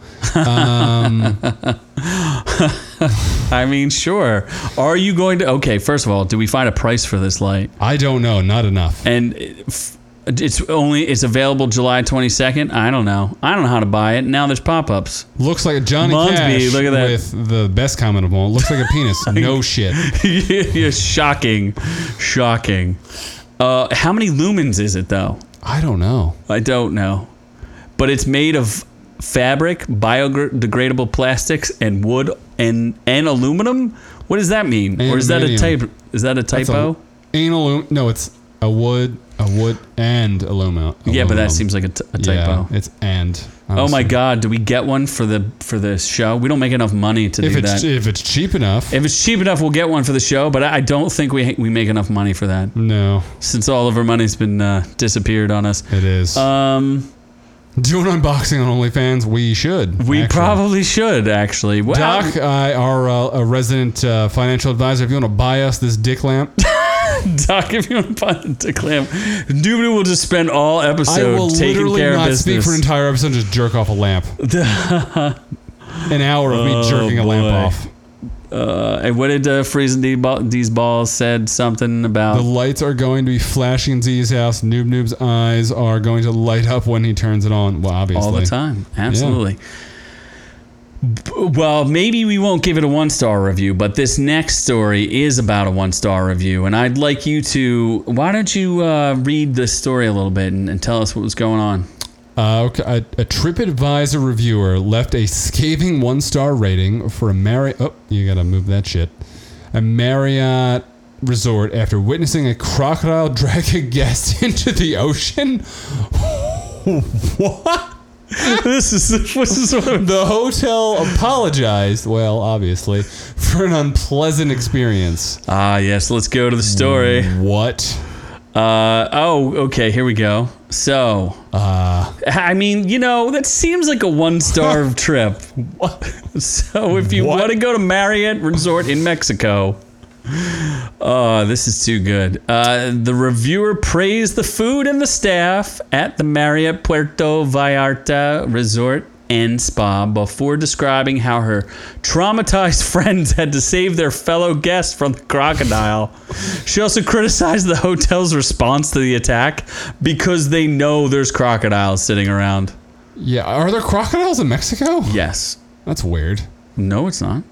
Speaker 1: I mean, sure. Are you going to? Okay, first of all, did we find a price for this light?
Speaker 2: I don't know, not enough.
Speaker 1: and if it's only it's available July 22nd. I don't know. I don't know how to buy it. Now there's pop-ups.
Speaker 2: Looks like a Johnny
Speaker 1: Monsby,
Speaker 2: Cash
Speaker 1: look at that.
Speaker 2: with the best comment of all. Looks like a penis. no shit.
Speaker 1: You're shocking, shocking. Uh, how many lumens is it though?
Speaker 2: I don't know.
Speaker 1: I don't know, but it's made of fabric, biodegradable plastics, and wood and and aluminum. What does that mean? or is that a
Speaker 2: Aluminium.
Speaker 1: type? Is that a
Speaker 2: It's a-
Speaker 1: typo?
Speaker 2: anal alum- no, it's a wood, a wood and aluminum.
Speaker 1: yeah, but
Speaker 2: aluminum.
Speaker 1: that seems like a, t- a typo.
Speaker 2: Yeah, it's and.
Speaker 1: Oh my
Speaker 2: honestly.
Speaker 1: God! Do we get one for the for the show? We don't make enough money to
Speaker 2: If
Speaker 1: do
Speaker 2: it's
Speaker 1: that.
Speaker 2: if it's cheap enough.
Speaker 1: If it's cheap enough, we'll get one for the show. But I I don't think we we make enough money for that
Speaker 2: no,
Speaker 1: since all of our money's been uh, disappeared on us.
Speaker 2: it is.
Speaker 1: Um,
Speaker 2: Do an unboxing on OnlyFans. We should.
Speaker 1: we
Speaker 2: actually.
Speaker 1: probably should actually. Well,
Speaker 2: Doc, I, our uh, a resident uh, financial advisor, if you want to buy us this dick lamp,
Speaker 1: Doc, if you want to buy the clam, Doobie will just spend all
Speaker 2: I will
Speaker 1: episode taking
Speaker 2: literally
Speaker 1: care of
Speaker 2: not speak
Speaker 1: business.
Speaker 2: for an entire episode. and Just jerk off a lamp. an hour of me
Speaker 1: Oh,
Speaker 2: jerking a lamp
Speaker 1: boy.
Speaker 2: off.
Speaker 1: uh, and what did uh, Freezing D- Ball- D's balls said something about?
Speaker 2: The lights are going to be flashing in Z's house. Noob Noob's eyes are going to light up when he turns it on. Well, obviously.
Speaker 1: all the time. Absolutely. B- Well, maybe we won't give it a one star review, but this next story is about a one star review. And I'd like you to, why don't you uh, read this story a little bit and, and tell us what was going on?
Speaker 2: Uh, okay, a, a TripAdvisor reviewer left a scathing one-star rating for a Marriott. Oh, you gotta move that shit. A Marriott resort after witnessing a crocodile drag a guest into the ocean. what?
Speaker 1: this is this is what I'm-
Speaker 2: The hotel apologized. Well, obviously, for an unpleasant experience.
Speaker 1: Ah, yes, let's go to the
Speaker 2: Mm.
Speaker 1: story.
Speaker 2: What?
Speaker 1: Uh, oh, okay, here we go. So,
Speaker 2: Uh,
Speaker 1: I mean, you know, that seems like a one star trip. So if you
Speaker 2: What?
Speaker 1: want to go to Marriott Resort in Mexico, oh, this is too good. Uh, the reviewer praised the food and the staff at the Marriott Puerto Vallarta Resort and Spa before describing how her traumatized friends had to save their fellow guests from the crocodile. she also criticized the hotel's response to the attack because they know there's crocodiles sitting around.
Speaker 2: yeah. Are there crocodiles in Mexico?
Speaker 1: Yes.
Speaker 2: That's weird.
Speaker 1: No, it's not.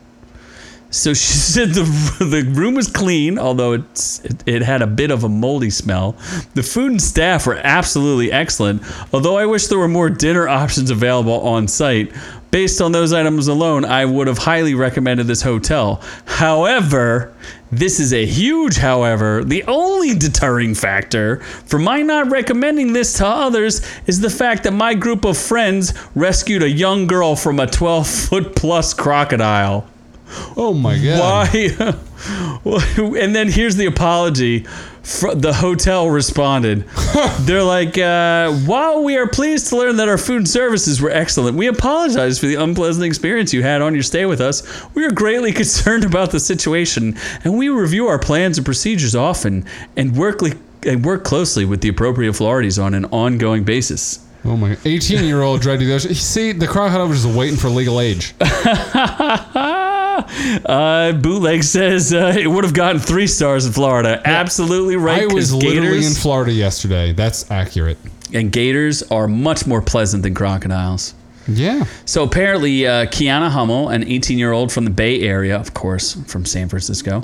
Speaker 1: So she said the the room was clean, although it's, it, it had a bit of a moldy smell. The food and staff were absolutely excellent, although I wish there were more dinner options available on site. Based on those items alone, I would have highly recommended this hotel. However, this is a huge however. The only deterring factor for my not recommending this to others is the fact that my group of friends rescued a young girl from a 12 foot plus crocodile.
Speaker 2: Oh my god.
Speaker 1: Why? Well, and then here's the apology. Fr- The hotel responded. They're like, uh, while we are pleased to learn that our food and services were excellent, we apologize for the unpleasant experience you had on your stay with us. We are greatly concerned about the situation, and we review our plans and procedures often and work, li- and work closely with the appropriate authorities on an ongoing basis.
Speaker 2: Oh my! Eighteen-year-old dragged to the ocean. See, the crocodile was just waiting for legal age.
Speaker 1: Uh, bootleg says uh, it would have gotten three stars in Florida. Absolutely right.
Speaker 2: I
Speaker 1: 'cause
Speaker 2: was literally
Speaker 1: gators-
Speaker 2: in Florida yesterday. That's accurate.
Speaker 1: and gators are much more pleasant than crocodiles.
Speaker 2: Yeah.
Speaker 1: So apparently, uh, Kiana Hummel, an 18 year old from the Bay Area, of course, from San Francisco,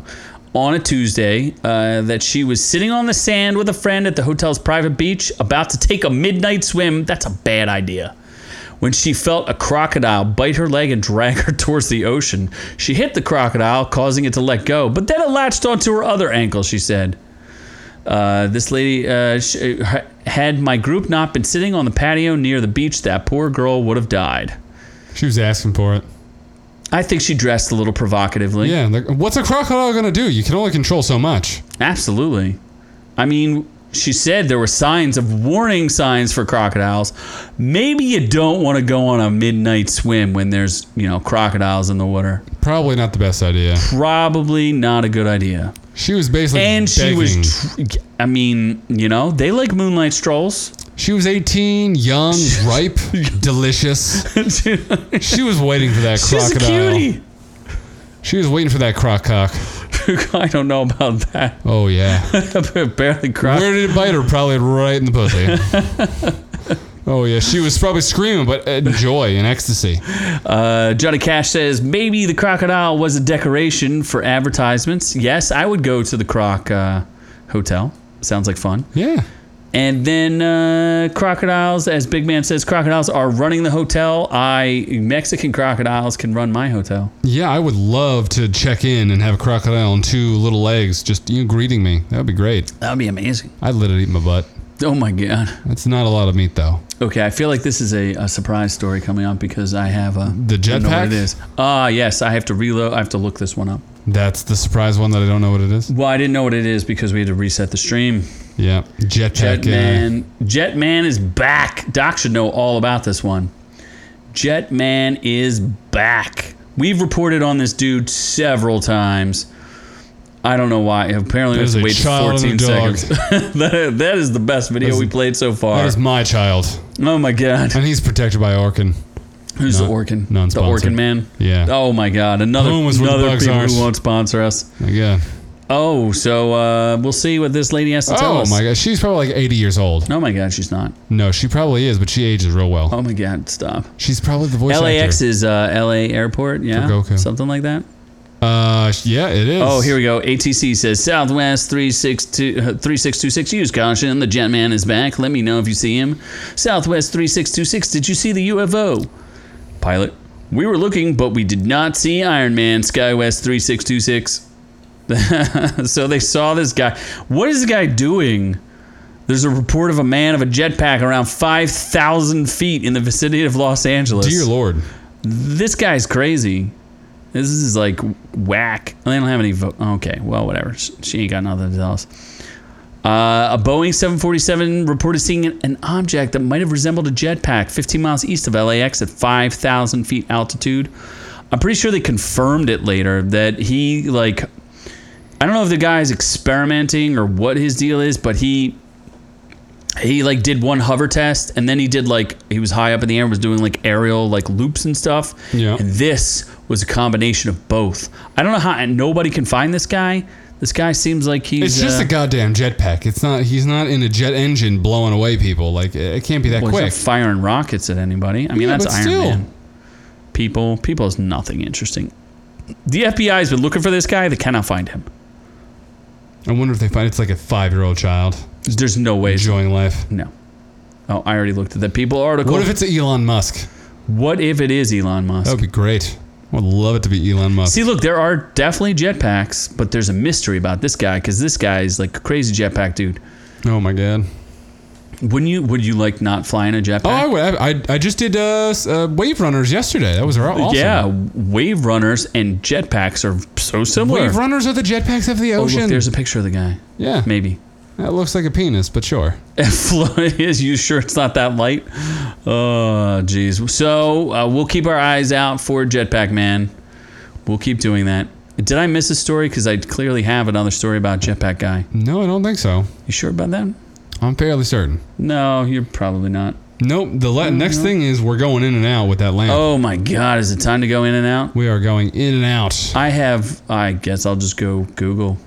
Speaker 1: on a Tuesday, uh, that she was sitting on the sand with a friend at the hotel's private beach about to take a midnight swim. That's a bad idea. When she felt a crocodile bite her leg and drag her towards the ocean, she hit the crocodile, causing it to let go, but then it latched onto her other ankle, she said. Uh, this lady uh, sh- uh, had my group not been sitting on the patio near the beach, that poor girl would have died.
Speaker 2: She was asking for it.
Speaker 1: I think she dressed a little provocatively.
Speaker 2: Yeah. like, what's a crocodile gonna do? You can only control so much.
Speaker 1: Absolutely. I mean, she said there were signs of warning signs for crocodiles. Maybe you don't want to go on a midnight swim when there's, you know, crocodiles in the water.
Speaker 2: Probably not the best idea.
Speaker 1: Probably not a good idea.
Speaker 2: She was basically
Speaker 1: And she
Speaker 2: begging.
Speaker 1: was, tr- I mean, you know, they like moonlight strolls.
Speaker 2: she was eighteen, young, ripe, delicious.
Speaker 1: She's
Speaker 2: She was waiting for that
Speaker 1: a
Speaker 2: crocodile.
Speaker 1: cutie.
Speaker 2: She was waiting for that croc cock.
Speaker 1: I don't know about that.
Speaker 2: Oh yeah.
Speaker 1: Barely crocodile.
Speaker 2: Where did it bite her? Probably right in the pussy. Oh yeah, she was probably screaming, but in joy and ecstasy.
Speaker 1: Uh, Johnny Cash says maybe the crocodile was a decoration for advertisements. Yes, I would go to the Croc uh, Hotel. Sounds like fun.
Speaker 2: Yeah.
Speaker 1: And then uh, crocodiles, as Big Man says, crocodiles are running the hotel. I Mexican crocodiles can run my hotel.
Speaker 2: Yeah, I would love to check in and have a crocodile and two little legs just you know, greeting me. That would be great.
Speaker 1: That would be amazing.
Speaker 2: I'd let it eat my butt.
Speaker 1: Oh my god.
Speaker 2: That's not a lot of meat though.
Speaker 1: Okay, I feel like this is a, a surprise story coming up because I have a
Speaker 2: The
Speaker 1: I don't know what
Speaker 2: jetpack?
Speaker 1: it is. Ah, yes, I have to reload. I have to look this one up.
Speaker 2: That's the surprise one that I don't know what it is.
Speaker 1: Well, I didn't know what it is because we had to reset the stream.
Speaker 2: Yeah, jetpack. uh,
Speaker 1: Jetman. Jetman is back. Doc should know all about this one. Jetman is back. We've reported on this dude several times. I don't know why. Apparently, we have
Speaker 2: There's
Speaker 1: to
Speaker 2: a
Speaker 1: wait
Speaker 2: child
Speaker 1: 14
Speaker 2: and a dog.
Speaker 1: seconds. that, that is the best video
Speaker 2: That's-
Speaker 1: we played so
Speaker 2: That
Speaker 1: far.
Speaker 2: is my child,
Speaker 1: oh my god!
Speaker 2: and he's protected by Orkin.
Speaker 1: Who's
Speaker 2: non-
Speaker 1: the Orkin? The
Speaker 2: non-sponsored.
Speaker 1: Orkin man.
Speaker 2: Yeah.
Speaker 1: Oh my god! Another
Speaker 2: Home is where the
Speaker 1: another
Speaker 2: bugs
Speaker 1: people
Speaker 2: are.
Speaker 1: who won't sponsor us.
Speaker 2: Yeah.
Speaker 1: Oh, so uh, we'll see what this lady has to tell
Speaker 2: Oh
Speaker 1: us.
Speaker 2: my god, she's probably like 80 years old.
Speaker 1: Oh my god, she's not.
Speaker 2: No, she probably is, but she ages real well.
Speaker 1: Oh my god, stop.
Speaker 2: She's probably the voice
Speaker 1: LAX
Speaker 2: actor.
Speaker 1: is uh, LA airport, yeah,
Speaker 2: For Goku.
Speaker 1: something like that.
Speaker 2: Uh, yeah, it is.
Speaker 1: Oh, here we go. ATC says Southwest 362 uh, 3626. Use caution. The jet man is back. Let me know if you see him. Southwest 3626. Did you see the UFO? Pilot. We were looking, but we did not see Iron Man. SkyWest 3626. so they saw this guy. What is the guy doing? There's a report of a man of a jetpack around 5,000 feet in the vicinity of Los Angeles
Speaker 2: Dear Lord.
Speaker 1: this guy's crazy. This is like whack. They don't have any. Vo- okay, well, whatever. Sh- She ain't got nothing to tell us. Uh, a Boeing 747 reported seeing an, an object that might have resembled a jetpack 15 miles east of LAX at 5,000 feet altitude. I'm pretty sure they confirmed it later that he, like, I don't know if the guy's experimenting or what his deal is, but he he like did one hover test and then he did like he was high up in the air was doing like aerial like loops and stuff
Speaker 2: Yeah.
Speaker 1: and this was a combination of both i don't know how and nobody can find this guy this guy seems like he's
Speaker 2: It's just
Speaker 1: uh,
Speaker 2: a goddamn jetpack. It's not. He's not in a jet engine blowing away people. Like it it can't be that
Speaker 1: well, he's
Speaker 2: quick.
Speaker 1: not firing rockets at anybody i mean
Speaker 2: Yeah,
Speaker 1: that's
Speaker 2: but
Speaker 1: iron
Speaker 2: still.
Speaker 1: man people people is nothing interesting the fbi has been looking for this guy they cannot find him
Speaker 2: I wonder if they find it's like a five-year-old child
Speaker 1: there's no way
Speaker 2: enjoying life.
Speaker 1: no oh i already looked at the people article
Speaker 2: What if it's a Elon Musk?
Speaker 1: What if it is Elon Musk?
Speaker 2: That would be great. I would love it to be Elon Musk.
Speaker 1: See, look, there are definitely jetpacks, but there's a mystery about this guy because this guy is like a crazy jetpack dude.
Speaker 2: oh my god.
Speaker 1: Wouldn't you? Would you like not fly in a jetpack?
Speaker 2: Oh, I would. I, I, I just did uh, s- uh, Wave Runners yesterday. That was awesome.
Speaker 1: Yeah, wave runners and jetpacks are so similar.
Speaker 2: Wave Runners are the jetpacks of the
Speaker 1: oh, look,
Speaker 2: ocean.
Speaker 1: there's a picture of the guy.
Speaker 2: yeah.
Speaker 1: Maybe.
Speaker 2: That looks like a penis, but sure.
Speaker 1: is you sure it's not that light? Oh, jeez. So uh, we'll keep our eyes out for Jetpack Man. We'll keep doing that. Did I miss a story? Because I clearly have another story about Jetpack Guy.
Speaker 2: No, I don't think so.
Speaker 1: You sure about that?
Speaker 2: I'm fairly certain.
Speaker 1: No, you're probably not.
Speaker 2: Nope. The le- next thing is we're going in and out with that lamp.
Speaker 1: Mm-hmm. Oh my God, is it time to go in and out?
Speaker 2: We are going in and out.
Speaker 1: I have. I guess I'll just go Google.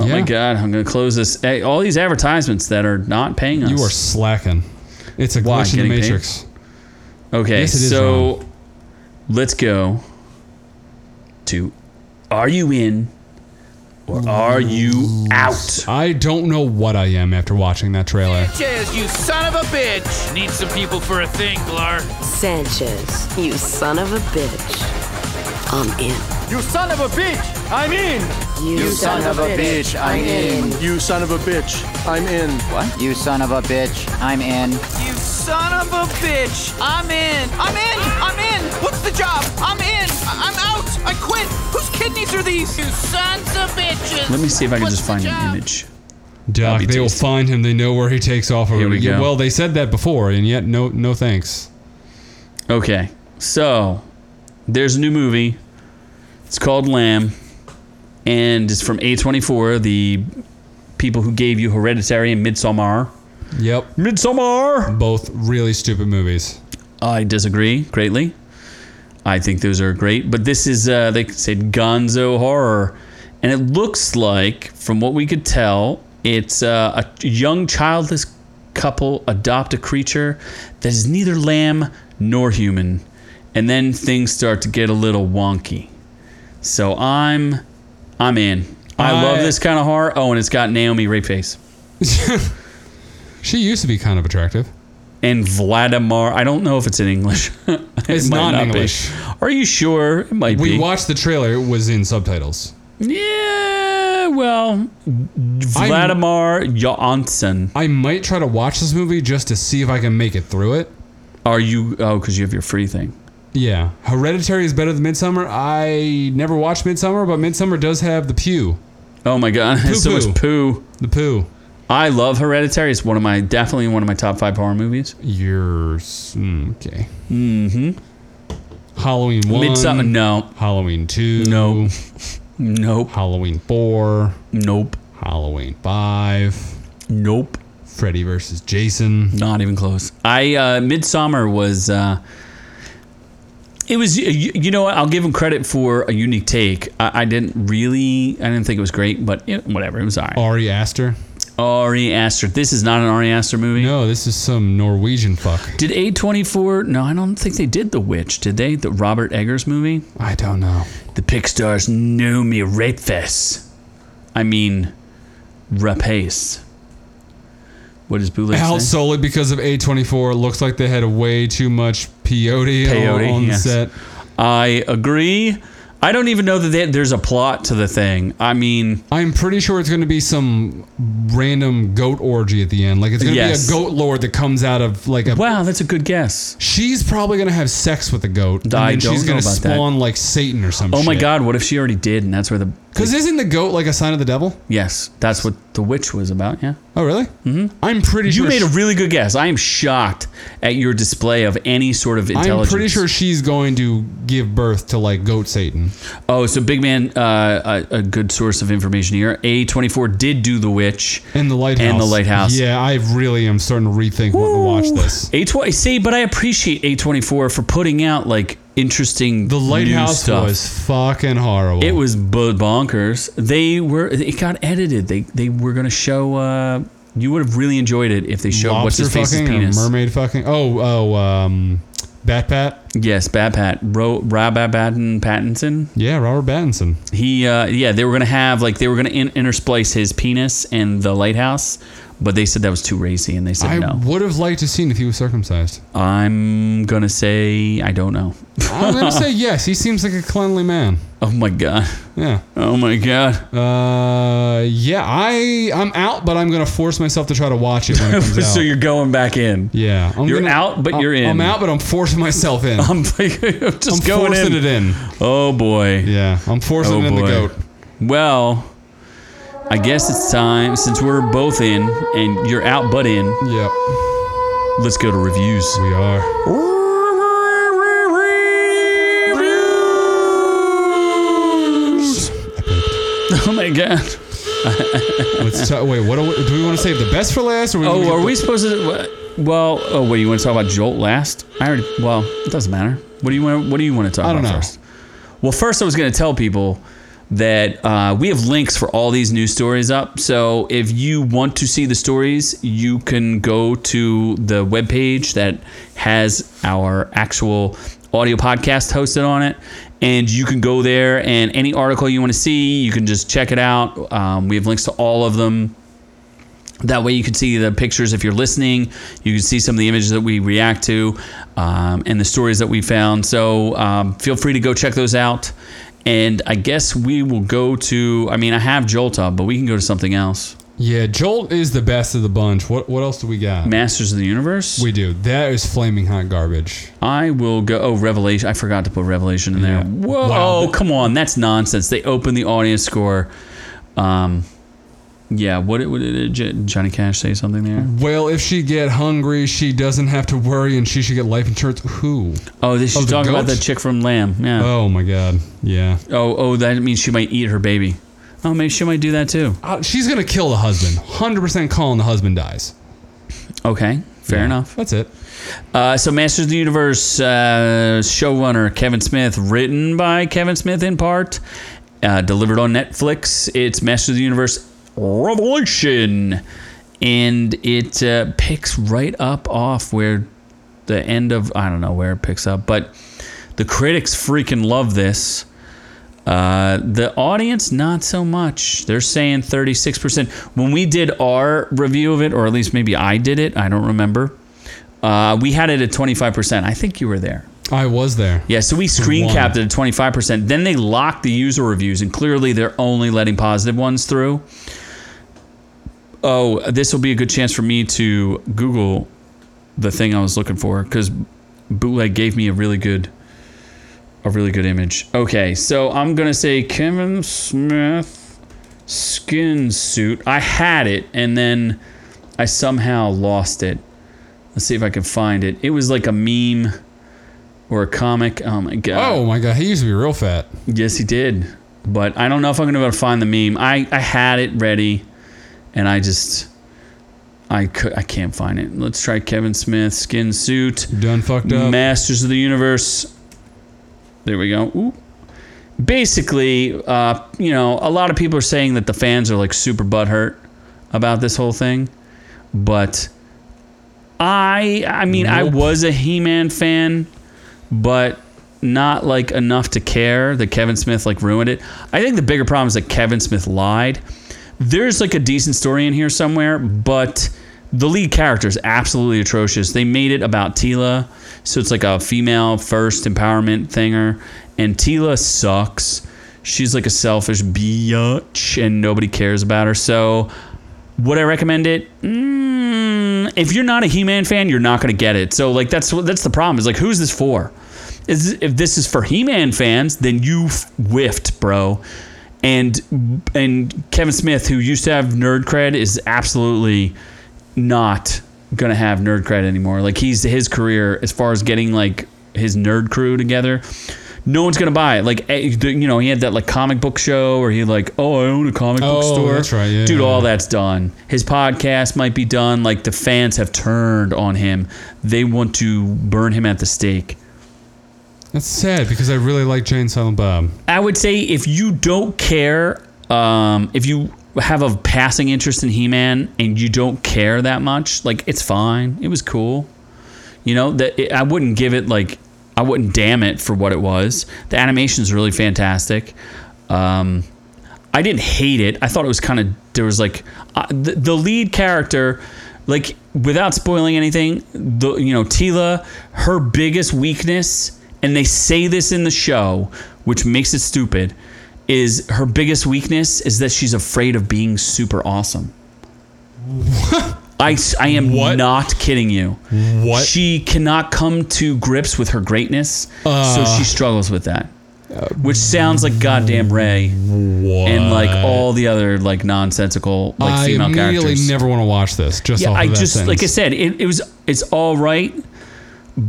Speaker 1: Oh my
Speaker 2: Yeah.
Speaker 1: God, I'm gonna close this. Hey, all these advertisements that are not paying us.
Speaker 2: You are slacking. It's a
Speaker 1: Why,
Speaker 2: glitch in the
Speaker 1: getting paid?
Speaker 2: matrix.
Speaker 1: Okay,
Speaker 2: Yes, it is
Speaker 1: so let's go to Are you in or are you out?
Speaker 2: I don't know what I am after watching that trailer.
Speaker 3: Sanchez, you son of a bitch! Need some people for a thing, Glar.
Speaker 4: Sanchez, you son of a bitch. I'm in.
Speaker 5: You son of a bitch! I'm in!
Speaker 4: You,
Speaker 6: I'm in.
Speaker 5: You son of a bitch! I'm in.
Speaker 6: What? You son of a bitch, I'm in.
Speaker 3: You son of a bitch! I'm in! I'm in! I'm in! What's the job? I'm in! I- am out! I quit! Whose kidneys are these? You sons of bitches!
Speaker 1: Let me see if I can
Speaker 3: What's
Speaker 1: just
Speaker 3: the
Speaker 1: find an
Speaker 3: job?
Speaker 1: image.
Speaker 2: Doc,
Speaker 1: be
Speaker 2: they will
Speaker 1: tasty.
Speaker 2: find him. They know where he takes off already.
Speaker 1: we go.
Speaker 2: Well, they said that before, and yet no, no thanks.
Speaker 1: Okay, so there's a new movie. It's called Lamb, and it's from A24, the people who gave you Hereditary and Midsommar.
Speaker 2: Yep.
Speaker 1: Midsommar!
Speaker 2: Both really stupid movies.
Speaker 1: I disagree greatly. I think those are great, but this is uh, they said Gonzo horror, and it looks like, from what we could tell, it's uh, a young childless couple adopt a creature that is neither lamb nor human, and then things start to get a little wonky. So I'm, I'm in. I,
Speaker 2: I-
Speaker 1: love this kind of horror. Oh, and it's got Naomi Rapace
Speaker 2: She used to be kind of attractive.
Speaker 1: and Vladimir. I don't know if it's in English. It
Speaker 2: It's
Speaker 1: might
Speaker 2: not in
Speaker 1: be.
Speaker 2: English.
Speaker 1: Are you sure? It might
Speaker 2: We
Speaker 1: be.
Speaker 2: watched the trailer. It was in subtitles.
Speaker 1: Yeah, well, Vladimir Johansson.
Speaker 2: I might try to watch this movie just to see if I can make it through it.
Speaker 1: Are you? Oh, because you have your free thing.
Speaker 2: Yeah, Hereditary is better than Midsummer. I never watched Midsummer, but Midsummer does have the pew,
Speaker 1: Oh my god, there's so much poo.
Speaker 2: the poo.
Speaker 1: I love Hereditary. It's one of my definitely one of my top five horror movies.
Speaker 2: Yours, mm, okay. Mm-hmm. Halloween one,
Speaker 1: Mm-hmm. Midsummer. No,
Speaker 2: Halloween two,
Speaker 1: No. nope,
Speaker 2: Halloween four,
Speaker 1: nope,
Speaker 2: Halloween five,
Speaker 1: nope.
Speaker 2: Freddy versus Jason.
Speaker 1: Not even close. I uh, Midsummer was. Uh, it was you, you know what I'll give him credit for a unique take. I, I didn't really I didn't think it was great, but it, whatever it was alright.
Speaker 2: Ari Aster.
Speaker 1: Ari Aster. This is not an Ari Aster movie.
Speaker 2: No, this is some Norwegian fuck.
Speaker 1: Did A24? No, I don't think they did The Witch, did they? The Robert Eggers movie?
Speaker 2: I don't know.
Speaker 1: The Pixar's Naomi Rapace. I mean, Rapace. What is Bootleg
Speaker 2: Out
Speaker 1: say?
Speaker 2: solely because of A24. Looks like they had way too much peyote,
Speaker 1: Peyote,
Speaker 2: on the
Speaker 1: yes.
Speaker 2: set.
Speaker 1: I agree. I don't even know that they, there's a plot to the thing. I mean,
Speaker 2: I'm pretty sure it's going to be some random goat orgy at the end. Like it's going to
Speaker 1: Yes.
Speaker 2: be a goat lord that comes out of like a.
Speaker 1: wow, that's a good guess.
Speaker 2: She's probably going to have sex with the goat, and
Speaker 1: I
Speaker 2: then
Speaker 1: don't
Speaker 2: she's
Speaker 1: know
Speaker 2: going to
Speaker 1: about that.
Speaker 2: spawn like Satan or some.
Speaker 1: Oh my God, what if she already did? And that's where the.
Speaker 2: Because isn't the goat like a sign of the devil?
Speaker 1: Yes, that's what The Witch was about, yeah.
Speaker 2: Oh really? Mm-hmm. I'm pretty
Speaker 1: You
Speaker 2: sure
Speaker 1: made a
Speaker 2: she-
Speaker 1: really good guess. I am shocked at your display of any sort of
Speaker 2: I'm
Speaker 1: intelligence.
Speaker 2: pretty sure she's going to give birth to like goat Satan.
Speaker 1: Oh, so Big Man, uh, a, a good source of information here. A24 did do The Witch.
Speaker 2: And the lighthouse.
Speaker 1: the lighthouse.
Speaker 2: Yeah, I really am starting to rethink wanting to watch this.
Speaker 1: A20, see, but I appreciate A24 for putting out like interesting
Speaker 2: The
Speaker 1: new
Speaker 2: lighthouse
Speaker 1: stuff.
Speaker 2: was fucking horrible.
Speaker 1: It was bo- bonkers. They were. It got edited. They they were gonna show. Uh, you would have really enjoyed it if they showed what's
Speaker 2: lobster
Speaker 1: his face's
Speaker 2: fucking or
Speaker 1: penis.
Speaker 2: mermaid fucking. Oh oh um, Bat Pat.
Speaker 1: Yes, Bad Pat, Ro, Rababaden Pattinson.
Speaker 2: Yeah, Robert Pattinson.
Speaker 1: He, uh, yeah, they were gonna have like they were gonna in- intersplice his penis and the lighthouse, but they said that was too racy, and they said
Speaker 2: I
Speaker 1: no.
Speaker 2: would have liked to seen if he was circumcised.
Speaker 1: I'm gonna say I don't know.
Speaker 2: I'm gonna say yes. He seems like a cleanly man.
Speaker 1: Oh my god.
Speaker 2: Yeah.
Speaker 1: Oh my god.
Speaker 2: Uh, yeah. I I'm out, but I'm gonna force myself to try to watch it when it comes out.
Speaker 1: so you're going back in.
Speaker 2: yeah. I'm
Speaker 1: you're out, but
Speaker 2: I'm-
Speaker 1: you're in.
Speaker 2: I'm out, but I'm forcing myself in.
Speaker 1: I'm, like, I'm
Speaker 2: I'm
Speaker 1: just going
Speaker 2: forcing
Speaker 1: in.
Speaker 2: it in.
Speaker 1: Oh boy.
Speaker 2: Yeah. I'm forcing
Speaker 1: Oh
Speaker 2: it in
Speaker 1: boy.
Speaker 2: the goat.
Speaker 1: Well, I guess it's time since we're both in and you're out but in.
Speaker 2: Yep.
Speaker 1: Let's go to reviews.
Speaker 2: We are.
Speaker 1: Oh my god.
Speaker 2: Let's ta- wait. What do we, do we want to save the best for last? Or we
Speaker 1: Oh,
Speaker 2: wanna
Speaker 1: are
Speaker 2: get
Speaker 1: we supposed to? Well, oh wait. You want to talk about Jolt last? I already. Well, it doesn't matter. What do you want? What do you want to talk
Speaker 2: I don't
Speaker 1: about
Speaker 2: know.
Speaker 1: first? Well, first I was going to tell people that uh, we have links for all these news stories up. So if you want to see the stories, you can go to the webpage that has our actual audio podcast hosted on it. And you can go there, and any article you want to see, you can just check it out. Um, we have links to all of them. That way, you can see the pictures if you're listening. You can see some of the images that we react to um, and the stories that we found. So, um, feel free to go check those out. And I guess we will go to, I mean, I have Jolt up, but we can go to something else.
Speaker 2: Yeah, Jolt is the best of the bunch. What what else do we got?
Speaker 1: Masters of the Universe.
Speaker 2: We do. That is flaming hot garbage.
Speaker 1: I will go. Oh, Revelation. I forgot to put Revelation in there.
Speaker 2: Yeah.
Speaker 1: Whoa.
Speaker 2: Wow.
Speaker 1: Oh, come on. That's nonsense. They open the audience score. Um, yeah. What did, what did J- Johnny Cash say something there?
Speaker 2: Well, if she get hungry, she doesn't have to worry, and she should get life insurance. Who?
Speaker 1: Oh, this, she's
Speaker 2: the
Speaker 1: talking about
Speaker 2: goat?
Speaker 1: the chick from Lamb. Yeah.
Speaker 2: Oh my God. Yeah.
Speaker 1: Oh, oh, that means she might eat her baby. Oh, maybe she might do that too.
Speaker 2: Uh, she's gonna kill the husband. Hundred percent calling the husband dies.
Speaker 1: Okay, fair
Speaker 2: Yeah.
Speaker 1: enough.
Speaker 2: That's it.
Speaker 1: Uh, so, Masters of the Universe uh, showrunner Kevin Smith, written by Kevin Smith in part, uh, delivered on Netflix. It's Masters of the Universe Revolution, and it uh, picks right up off where the end of I don't know where it picks up, but the critics freaking love this. Uh, the audience, not so much. They're saying 36%. When we did our review of it, or at least maybe I did it, I don't remember. Uh, we had it at 25%. I think you were there.
Speaker 2: I was there.
Speaker 1: Yeah, so we screen
Speaker 2: One.
Speaker 1: capped it at 25%. Then they locked the user reviews, and clearly they're only letting positive ones through. Oh, this will be a good chance for me to Google the thing I was looking for because Bootleg gave me a really good, a really good image. Okay, so I'm gonna say Kevin Smith skin suit. I had it, and then I somehow lost it. Let's see if I can find it. It was like a meme or a comic. Oh my god.
Speaker 2: Oh my God. He used to be real fat.
Speaker 1: Yes, he did. But I don't know if I'm gonna be able to find the meme. I, I had it ready, and I just I could I can't find it. Let's try Kevin Smith skin suit,
Speaker 2: Done fucked up.
Speaker 1: Masters of the Universe. There we go. Ooh. Basically, uh, you know, a lot of people are saying that the fans are like super butthurt about this whole thing, but I I mean I
Speaker 2: Nope.
Speaker 1: was a He-Man fan, but not like enough to care that Kevin Smith like ruined it. I think the bigger problem is that Kevin Smith lied. There's like a decent story in here somewhere, but the lead character is absolutely atrocious. They made it about Tila, so it's like a female first empowerment thinger, and Tila sucks. She's like a selfish bitch, and nobody cares about her. So, would I recommend it? Mm, if you're not a He-Man fan, you're not going to get it. So like that's that's the problem. Is like who's this for? Is if this is for He-Man fans, then you f- whiffed, bro. And and Kevin Smith, who used to have nerd cred, is absolutely not gonna have nerd cred anymore. Like he's his career as far as getting like his nerd crew together. No one's gonna buy it. Like eh, the- you know, he had that like comic book show, or he like, oh, I own a comic book
Speaker 2: Oh,
Speaker 1: store.
Speaker 2: that's right, yeah,
Speaker 1: dude.
Speaker 2: yeah,
Speaker 1: All
Speaker 2: yeah.
Speaker 1: that's done. His podcast might be done. Like the fans have turned on him. They want to burn him at the stake.
Speaker 2: That's sad because I really like Jane Silent Bob.
Speaker 1: I would say if you don't care, um, if you have a passing interest in He-Man and you don't care that much, like it's fine. It was cool. You know that it, I wouldn't give it like I wouldn't damn it for what it was. The animation's really fantastic. Um, I didn't hate it. I thought it was kind of there was like uh, the, the lead character, like without spoiling anything, the you know Tila, her biggest weakness, and they say this in the show, which makes it stupid, is her biggest weakness is that she's afraid of being super awesome. I, s- I am
Speaker 2: What?
Speaker 1: not kidding you.
Speaker 2: What?
Speaker 1: She cannot come to grips with her greatness, so
Speaker 2: Ah.
Speaker 1: she struggles with that.
Speaker 2: Uh,
Speaker 1: Which sounds like goddamn Ray
Speaker 2: What?
Speaker 1: and like all the other like nonsensical like
Speaker 2: I
Speaker 1: female
Speaker 2: immediately
Speaker 1: characters.
Speaker 2: never want to watch this. Just
Speaker 1: yeah,
Speaker 2: off of
Speaker 1: I
Speaker 2: that
Speaker 1: just like I
Speaker 2: sentence.
Speaker 1: said, it, it was it's all right,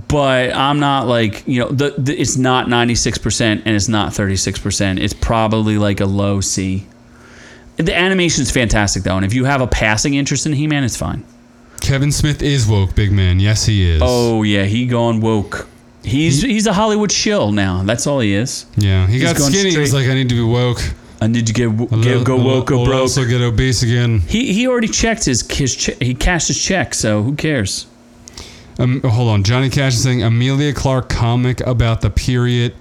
Speaker 1: but I'm not like you know the, the it's not 96 percent and it's not 36 percent. It's probably like a low C. The animation's fantastic though, and if you have a passing interest in He-Man, it's fine.
Speaker 2: Kevin Smith is woke, big man. Yes, he is.
Speaker 1: Oh yeah, he gone woke. He's he's a Hollywood shill now. That's all he is.
Speaker 2: yeah. He got
Speaker 1: going
Speaker 2: skinny. He was
Speaker 1: straight-
Speaker 2: like, I need to be woke.
Speaker 1: I need to get,
Speaker 2: I'll-
Speaker 1: get go
Speaker 2: I'll-
Speaker 1: woke or
Speaker 2: I'll
Speaker 1: broke.
Speaker 2: Also get obese again.
Speaker 1: He he already checked his his che- he cashed his check, so who cares?
Speaker 2: Um, hold on. Johnny Cash is saying Amelia Clark comic about the period,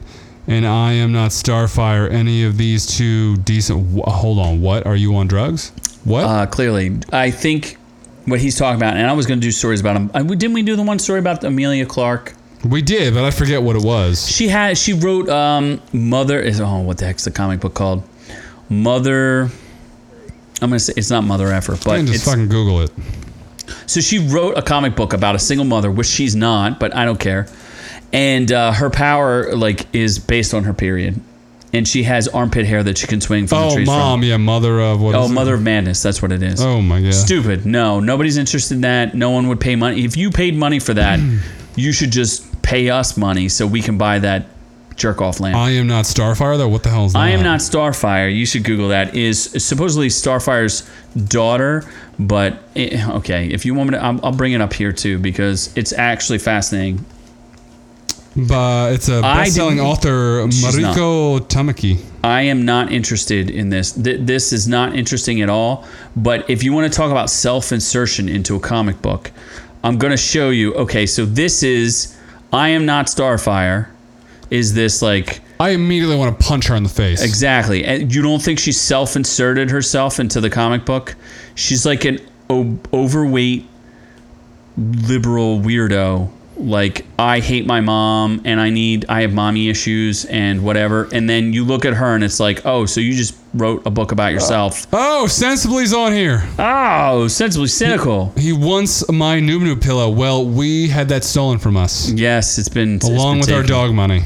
Speaker 2: and I am not Starfire. Any of these two decent? Wh- hold on. What are you on drugs? What?
Speaker 1: Uh, clearly, I think what he's talking about, and I was going to do stories about him. I, didn't we do the one story about Amelia Clark?
Speaker 2: we did, but I forget what it was.
Speaker 1: She had she wrote um, Mother is oh what the heck's the comic book called? Mother. I'm gonna say it's not Mother Effort, but
Speaker 2: Man, just
Speaker 1: it's,
Speaker 2: fucking Google it.
Speaker 1: So she wrote a comic book about a single mother, which she's not, but I don't care. And uh, her power, like, is based on her period, and she has armpit hair that she can swing from the
Speaker 2: Oh,
Speaker 1: trees.
Speaker 2: mom.
Speaker 1: From.
Speaker 2: Yeah, mother of what?
Speaker 1: Oh,
Speaker 2: is it?
Speaker 1: mother of madness. That's what it is.
Speaker 2: Oh my god.
Speaker 1: Stupid. No, nobody's interested in that. No one would pay money. If you paid money for that,
Speaker 2: Hmm.
Speaker 1: you should just pay us money so we can buy that jerk off lamp.
Speaker 2: I am not Starfire though. What the hell is that?
Speaker 1: I am not Starfire. You should Google that. Is supposedly Starfire's daughter, but eh, okay. If you want me to, I'll, I'll bring it up here too because it's actually fascinating.
Speaker 2: But it's a
Speaker 1: I
Speaker 2: best-selling
Speaker 1: didn't-
Speaker 2: author,
Speaker 1: She's not.
Speaker 2: Mariko Tamaki.
Speaker 1: I am not interested in this. Th- this is not interesting at all. But if you want to talk about self insertion into a comic book, I'm going to show you. Okay, so this is I am not Starfire. Is this like
Speaker 2: I immediately want to punch her in the face.
Speaker 1: exactly? And you don't think she self inserted herself into the comic book? She's like an o- overweight liberal weirdo. Like I hate my mom and I need I have mommy issues and whatever. And then you look at her and it's like, oh, so you just wrote a book about yourself.
Speaker 2: Oh, Sensibly's on here.
Speaker 1: Oh, sensibly cynical.
Speaker 2: He wants my Noob Noob pillow. Well, we had that stolen from us,
Speaker 1: Yes, it's been it's
Speaker 2: along
Speaker 1: been
Speaker 2: with our
Speaker 1: taken.
Speaker 2: dog money.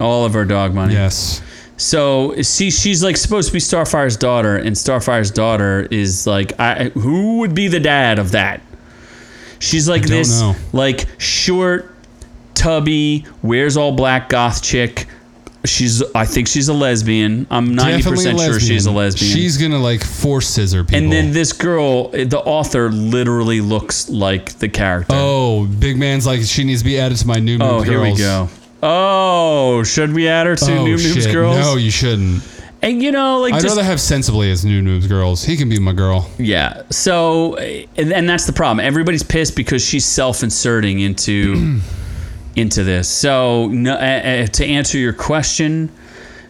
Speaker 1: all of our dog money.
Speaker 2: Yes.
Speaker 1: So see, she's like supposed to be Starfire's daughter, and Starfire's daughter is like, I who would be the dad of that? She's like
Speaker 2: don't
Speaker 1: this,
Speaker 2: know.
Speaker 1: like short, tubby, wears all black goth chick. She's, I think she's a lesbian. I'm ninety percent
Speaker 2: Definitely
Speaker 1: sure she's a lesbian.
Speaker 2: She's gonna like force scissor people.
Speaker 1: and then this girl, the author, literally looks like the character.
Speaker 2: oh, big man's like she needs to be added to my Noob Noob
Speaker 1: Oh,
Speaker 2: girls.
Speaker 1: here we go. Oh, should we add her to
Speaker 2: Oh,
Speaker 1: New Noobs
Speaker 2: shit.
Speaker 1: Girls?
Speaker 2: No, you shouldn't.
Speaker 1: and you know, like
Speaker 2: I'd
Speaker 1: just
Speaker 2: rather have Sensibly as Noob Noobs girls. He can be my girl.
Speaker 1: Yeah. So, and, and that's the problem. Everybody's pissed because she's self-inserting into into this. So, no, uh, uh, to answer your question,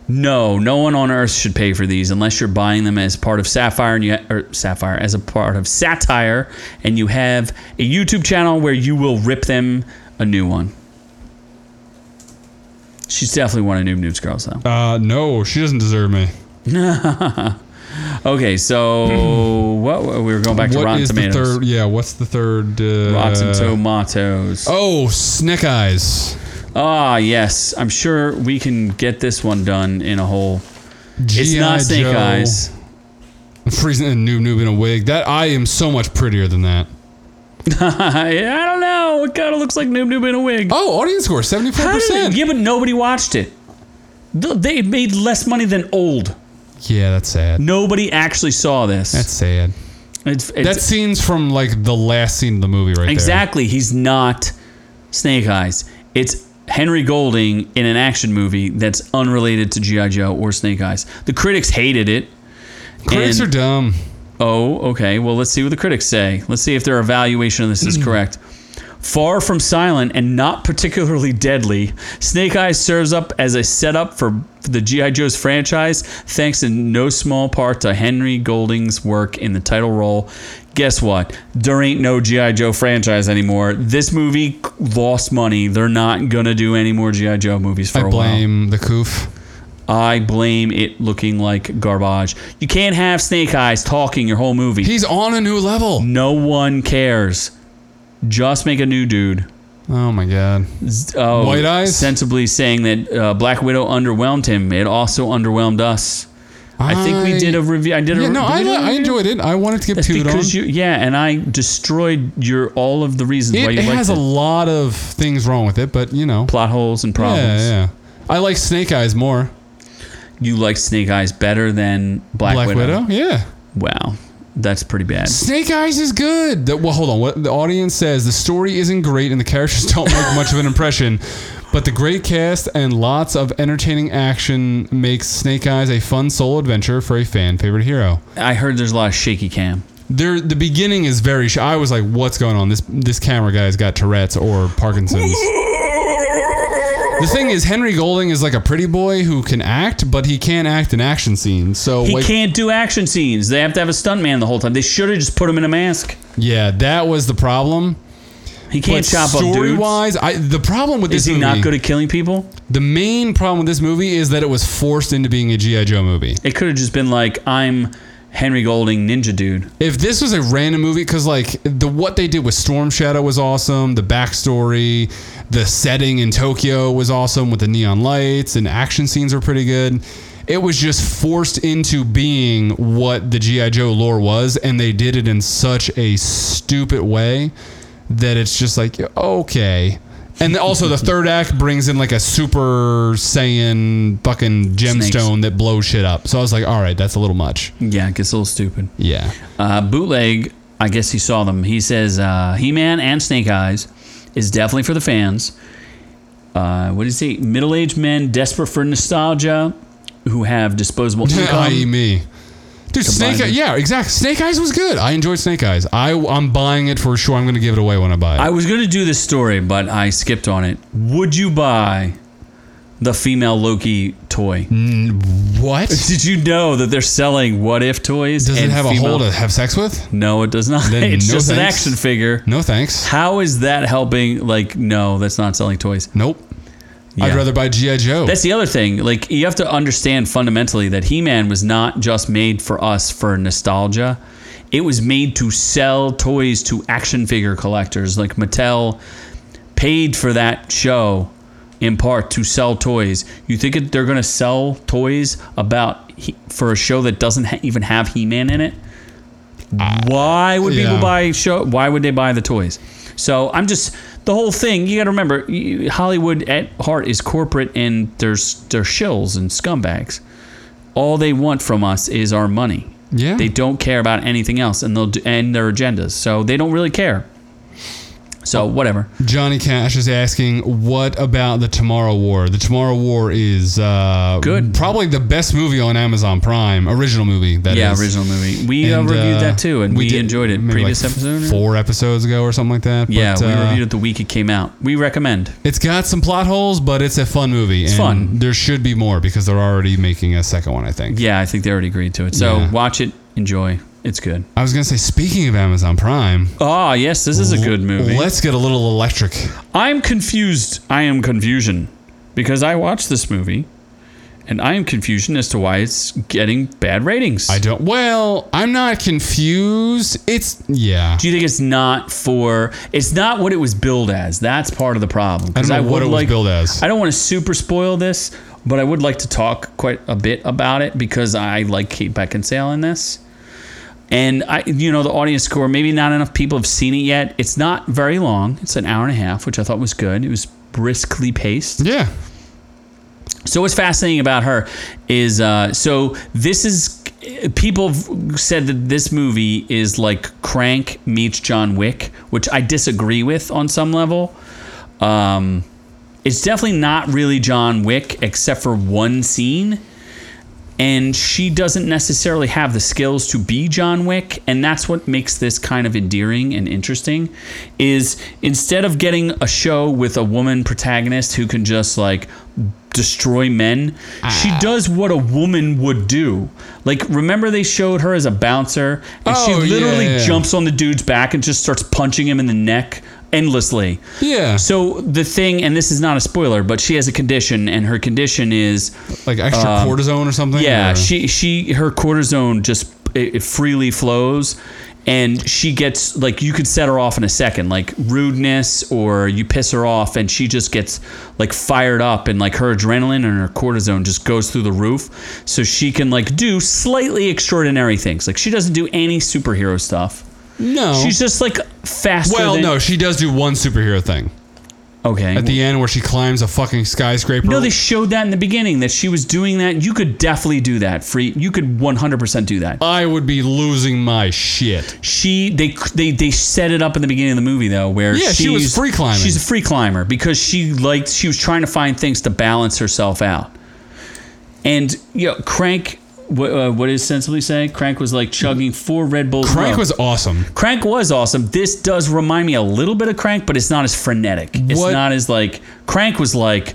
Speaker 1: no, no one on earth should pay for these unless you're buying them as part of Sapphire and you or Sapphire as a part of satire, and you have a YouTube channel where you will rip them a new one. She's definitely one of Noob Noob's girls, though.
Speaker 2: Uh, no, she doesn't deserve me.
Speaker 1: Okay, so what we were going back to
Speaker 2: What
Speaker 1: Rotten
Speaker 2: is
Speaker 1: Tomatoes.
Speaker 2: the third? Yeah, what's the third? Uh,
Speaker 1: Rotten Tomatoes.
Speaker 2: Oh, Snick Eyes.
Speaker 1: Ah, yes. I'm sure we can get this one done in a whole. It's
Speaker 2: G.I.
Speaker 1: not Snake
Speaker 2: Joe.
Speaker 1: Eyes.
Speaker 2: Freezing a noob noob in a wig. That I am so much prettier than that.
Speaker 1: I, I don't know. It kind of looks like Noob Noob in a wig.
Speaker 2: Oh, audience score seventy four
Speaker 1: How did it-
Speaker 2: percent.
Speaker 1: yeah, but nobody watched it. Th- They made less money than old.
Speaker 2: Yeah, that's sad.
Speaker 1: Nobody actually saw this.
Speaker 2: That's sad.
Speaker 1: it's, it's,
Speaker 2: That scene's from like the last scene of the movie, right
Speaker 1: exactly. He's not Snake Eyes. It's Henry Golding in an action movie that's unrelated to GI Joe or Snake Eyes. The critics hated it.
Speaker 2: there. Critics
Speaker 1: And-
Speaker 2: are dumb.
Speaker 1: Oh, okay. Well, let's see what the critics say. Let's see if their evaluation of this is correct. Far from silent and not particularly deadly, Snake Eyes serves up as a setup for the G.I. Joe's franchise, thanks in no small part to Henry Golding's work in the title role. Guess what? There ain't no G.I. Joe franchise anymore. This movie lost money. They're not going to do any more G.I. Joe movies for
Speaker 2: I
Speaker 1: a while.
Speaker 2: blame the coof.
Speaker 1: I blame it looking like garbage. You can't have Snake Eyes talking your whole movie.
Speaker 2: He's on a new level.
Speaker 1: no one cares. Just make a new dude.
Speaker 2: Oh my god.
Speaker 1: Oh,
Speaker 2: White Eyes?
Speaker 1: Sensibly saying that uh, Black Widow underwhelmed him. It also underwhelmed us. I, think we did a review. I did a
Speaker 2: Yeah,
Speaker 1: re-
Speaker 2: no,
Speaker 1: did
Speaker 2: I,
Speaker 1: we do a
Speaker 2: I
Speaker 1: review?
Speaker 2: enjoyed it. I wanted to give
Speaker 1: That's
Speaker 2: two on.
Speaker 1: because you, yeah, and I destroyed your all of the reasons why
Speaker 2: it
Speaker 1: you
Speaker 2: it
Speaker 1: liked
Speaker 2: has
Speaker 1: it.
Speaker 2: a lot of things wrong with it, but you know.
Speaker 1: Plot holes and problems.
Speaker 2: Yeah, yeah. I like Snake Eyes more.
Speaker 1: You like Snake Eyes better than Black,
Speaker 2: Black
Speaker 1: Widow.
Speaker 2: Widow? Yeah.
Speaker 1: Wow, that's pretty bad.
Speaker 2: Snake Eyes is good. The- well, hold on. What the audience says the story isn't great and the characters don't make much of an impression, but the great cast and lots of entertaining action makes Snake Eyes a fun solo adventure for a fan favorite hero.
Speaker 1: I heard there's a lot of shaky cam.
Speaker 2: There, the beginning is very. Sh- I was like, "What's going on? This this camera guy's got Tourette's or Parkinson's." The thing is, Henry Golding is like a pretty boy who can act, but he can't act in action scenes. So
Speaker 1: He
Speaker 2: like,
Speaker 1: can't do action scenes. They have to have a stuntman the whole time. They should have just put him in a mask.
Speaker 2: yeah, that was the problem.
Speaker 1: He can't
Speaker 2: but
Speaker 1: chop up
Speaker 2: story
Speaker 1: dudes.
Speaker 2: wise, I the problem with
Speaker 1: Is
Speaker 2: this
Speaker 1: he
Speaker 2: movie,
Speaker 1: not good at killing people?
Speaker 2: the main problem with this movie is that it was forced into being a GI Joe movie.
Speaker 1: It could have just been like, I'm Henry Golding, ninja dude.
Speaker 2: If this was a random movie, because like the what they did with Storm Shadow was awesome, the backstory, the setting in Tokyo was awesome with the neon lights and action scenes were pretty good. It was just forced into being what the GI Joe lore was, and they did it in such a stupid way that it's just like okay. And then also the third act brings in like a super Saiyan fucking gemstone that blows shit up. So I was like, all right, that's a little much.
Speaker 1: Yeah, it gets a little stupid.
Speaker 2: Yeah.
Speaker 1: Uh, bootleg, I guess he saw them. He says uh, He Man and Snake Eyes is definitely for the fans. Uh, what does he say? Middle aged men desperate for nostalgia who have disposable income.
Speaker 2: i.e. e me. Dude, Snake Eyes.
Speaker 1: with-
Speaker 2: Yeah, exactly. Snake Eyes was good. I enjoyed Snake Eyes. I, I'm buying it for sure. I'm going to give it away when I buy it.
Speaker 1: I was going to do this story, but I skipped on it. Would you buy the female Loki toy?
Speaker 2: what? Does
Speaker 1: Did you know that they're selling what if toys?
Speaker 2: it
Speaker 1: and
Speaker 2: have a
Speaker 1: female-
Speaker 2: hole to have sex with?
Speaker 1: No, it does not.
Speaker 2: Then
Speaker 1: it's
Speaker 2: no
Speaker 1: just an
Speaker 2: thanks.
Speaker 1: action figure.
Speaker 2: No, thanks.
Speaker 1: How is that helping? Like, no, that's not selling toys.
Speaker 2: Nope. I'd
Speaker 1: Yeah.
Speaker 2: rather buy G.I. Joe.
Speaker 1: That's the other thing. Like, you have to understand fundamentally that He Man was not just made for us for nostalgia. It was made to sell toys to action figure collectors. Like, Mattel paid for that show in part to sell toys. You think that they're going to sell toys about he- for a show that doesn't ha- even have He Man in it? why would
Speaker 2: yeah.
Speaker 1: people buy show? Why would they buy the toys? So I'm just the whole thing. You got to remember, you- Hollywood at heart is corporate, and there's they're shills and scumbags. All they want from us is our money.
Speaker 2: yeah.
Speaker 1: They don't care about anything else, and they'll do, and their agendas. So they don't really care. So whatever.
Speaker 2: Johnny Cash is asking, what about The Tomorrow War? The Tomorrow War is uh,
Speaker 1: Good.
Speaker 2: Probably the best movie on Amazon Prime. Original movie, that
Speaker 1: yeah,
Speaker 2: is.
Speaker 1: original movie. We uh,
Speaker 2: And,
Speaker 1: reviewed
Speaker 2: uh,
Speaker 1: that too, and we,
Speaker 2: did
Speaker 1: enjoyed it.
Speaker 2: maybe
Speaker 1: Previous
Speaker 2: like
Speaker 1: episode.
Speaker 2: Four episodes ago or something like that.
Speaker 1: yeah,
Speaker 2: but,
Speaker 1: we
Speaker 2: uh,
Speaker 1: reviewed it the week it came out. We recommend.
Speaker 2: It's got some plot holes, but it's a fun movie. It's
Speaker 1: fun.
Speaker 2: There should be more because they're already making a second one, I think.
Speaker 1: Yeah, I think they already agreed to it. So
Speaker 2: Yeah.
Speaker 1: watch it, enjoy. It's good.
Speaker 2: I was gonna say, speaking of Amazon Prime,
Speaker 1: Ah, yes, this is a good movie.
Speaker 2: Let's get a little electric.
Speaker 1: I'm confused. I am confusion because I watched this movie and I am confusion as to why it's getting bad ratings.
Speaker 2: I don't. Well, I'm not confused. It's yeah.
Speaker 1: do you think it's not for it's not what it was billed as. That's part of the problem.
Speaker 2: I
Speaker 1: 'Cause
Speaker 2: don't know what
Speaker 1: would
Speaker 2: it was
Speaker 1: like-
Speaker 2: billed as.
Speaker 1: I don't want to super spoil this, but I would like to talk quite a bit about it because I like Kate Beckinsale in this. And I, you know, the audience score. Maybe not enough people have seen it yet. It's not very long. It's an hour and a half, which I thought was good. It was briskly paced.
Speaker 2: Yeah.
Speaker 1: So what's fascinating about her is uh, so this is people have said that this movie is like Crank meets John Wick, which I disagree with on some level. Um, it's definitely not really John Wick except for one scene. and she doesn't necessarily have the skills to be John Wick, and that's what makes this kind of endearing and interesting. Is instead of getting a show with a woman protagonist who can just like destroy men,
Speaker 2: Ah.
Speaker 1: she does what a woman would do. Like remember they showed her as a bouncer, and she
Speaker 2: Oh,
Speaker 1: literally
Speaker 2: yeah.
Speaker 1: jumps on the dude's back and just starts punching him in the neck endlessly.
Speaker 2: Yeah.
Speaker 1: So the thing, and this is not a spoiler, but she has a condition, and her condition is,
Speaker 2: like extra cortisone or something.
Speaker 1: um, yeah,
Speaker 2: or-
Speaker 1: she she her cortisone just it, it freely flows, and she gets like you could set her off in a second, like rudeness or you piss her off, and she just gets like fired up, and like her adrenaline and her cortisone just goes through the roof, so she can like do slightly extraordinary things. Like she doesn't do any superhero stuff.
Speaker 2: no.
Speaker 1: She's just like faster.
Speaker 2: Oh. well,
Speaker 1: than-
Speaker 2: no, she does do one superhero thing
Speaker 1: Okay.
Speaker 2: at the end where she climbs a fucking skyscraper.
Speaker 1: No, they showed that in the beginning that she was doing that. You could definitely do that. Free, you could 100% do that.
Speaker 2: I would be losing my shit.
Speaker 1: She they they they set it up in the beginning of the movie though where
Speaker 2: Yeah, she was
Speaker 1: she's-
Speaker 2: free climbing.
Speaker 1: She's a free climber because she liked she was trying to find things to balance herself out. And you know, Crank what, uh, what is sensibly saying? Crank was like chugging four Red Bulls. in a
Speaker 2: Crank
Speaker 1: row.
Speaker 2: was awesome.
Speaker 1: Crank was awesome. This does remind me a little bit of Crank, but it's not as frenetic. It's
Speaker 2: What-
Speaker 1: not as like Crank was like,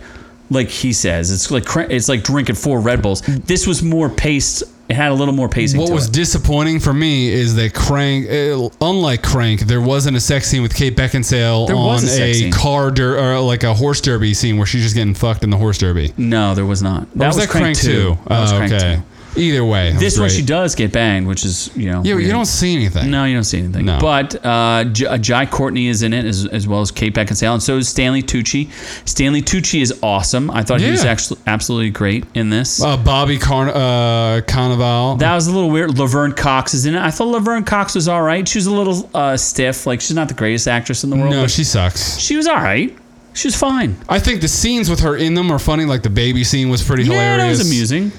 Speaker 1: like he says, it's like Crank- it's like drinking four Red Bulls. This was more paced. It had a little more pacing.
Speaker 2: What
Speaker 1: to
Speaker 2: was
Speaker 1: it.
Speaker 2: disappointing for me is that Crank, eh, unlike Crank, there wasn't a sex scene with Kate Beckinsale
Speaker 1: There was
Speaker 2: on
Speaker 1: a sex
Speaker 2: a,
Speaker 1: scene.
Speaker 2: car der- or like a horse derby scene where she's just getting fucked in the horse derby.
Speaker 1: no, there was not. That
Speaker 2: Or was, that Crank, Two?
Speaker 1: That was
Speaker 2: Oh,
Speaker 1: Crank
Speaker 2: okay.
Speaker 1: Two.
Speaker 2: Either way, that
Speaker 1: This
Speaker 2: was
Speaker 1: one she
Speaker 2: great.
Speaker 1: does get banged, which is you know.
Speaker 2: Yeah, but you
Speaker 1: weird.
Speaker 2: don't see anything.
Speaker 1: No, you don't see anything.
Speaker 2: No.
Speaker 1: But uh, J- uh, Jai Courtney is in it as, as well as Kate Beckinsale, and so is Stanley Tucci. Stanley Tucci is awesome. I thought he was
Speaker 2: Yeah.
Speaker 1: actually absolutely great in this.
Speaker 2: Uh, Bobby Carn- uh, Carnival.
Speaker 1: That was a little weird. Laverne Cox is in it. I thought Laverne Cox was all right. She was a little uh, stiff. Like she's not the greatest actress in the world.
Speaker 2: no,
Speaker 1: but
Speaker 2: she sucks.
Speaker 1: she was all right. She was fine.
Speaker 2: I think the scenes with her in them are funny. Like the baby scene was pretty
Speaker 1: Yeah,
Speaker 2: hilarious.
Speaker 1: that was amusing.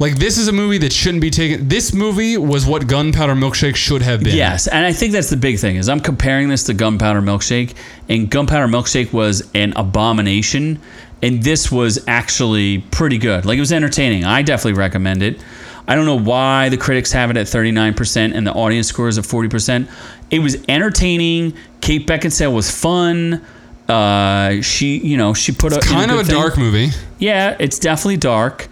Speaker 2: Like this is a movie that shouldn't be taken. This movie was what Gunpowder Milkshake should have been.
Speaker 1: Yes, and I think that's the big thing is I'm comparing this to Gunpowder Milkshake, and Gunpowder Milkshake was an abomination, and this was actually pretty good. Like it was entertaining. I definitely recommend it. I don't know why the critics have it at 39% and the audience score is at 40%. It was entertaining. Kate Beckinsale was fun. Uh, she, you know, she put up
Speaker 2: Kind of a dark movie.
Speaker 1: yeah, it's definitely dark.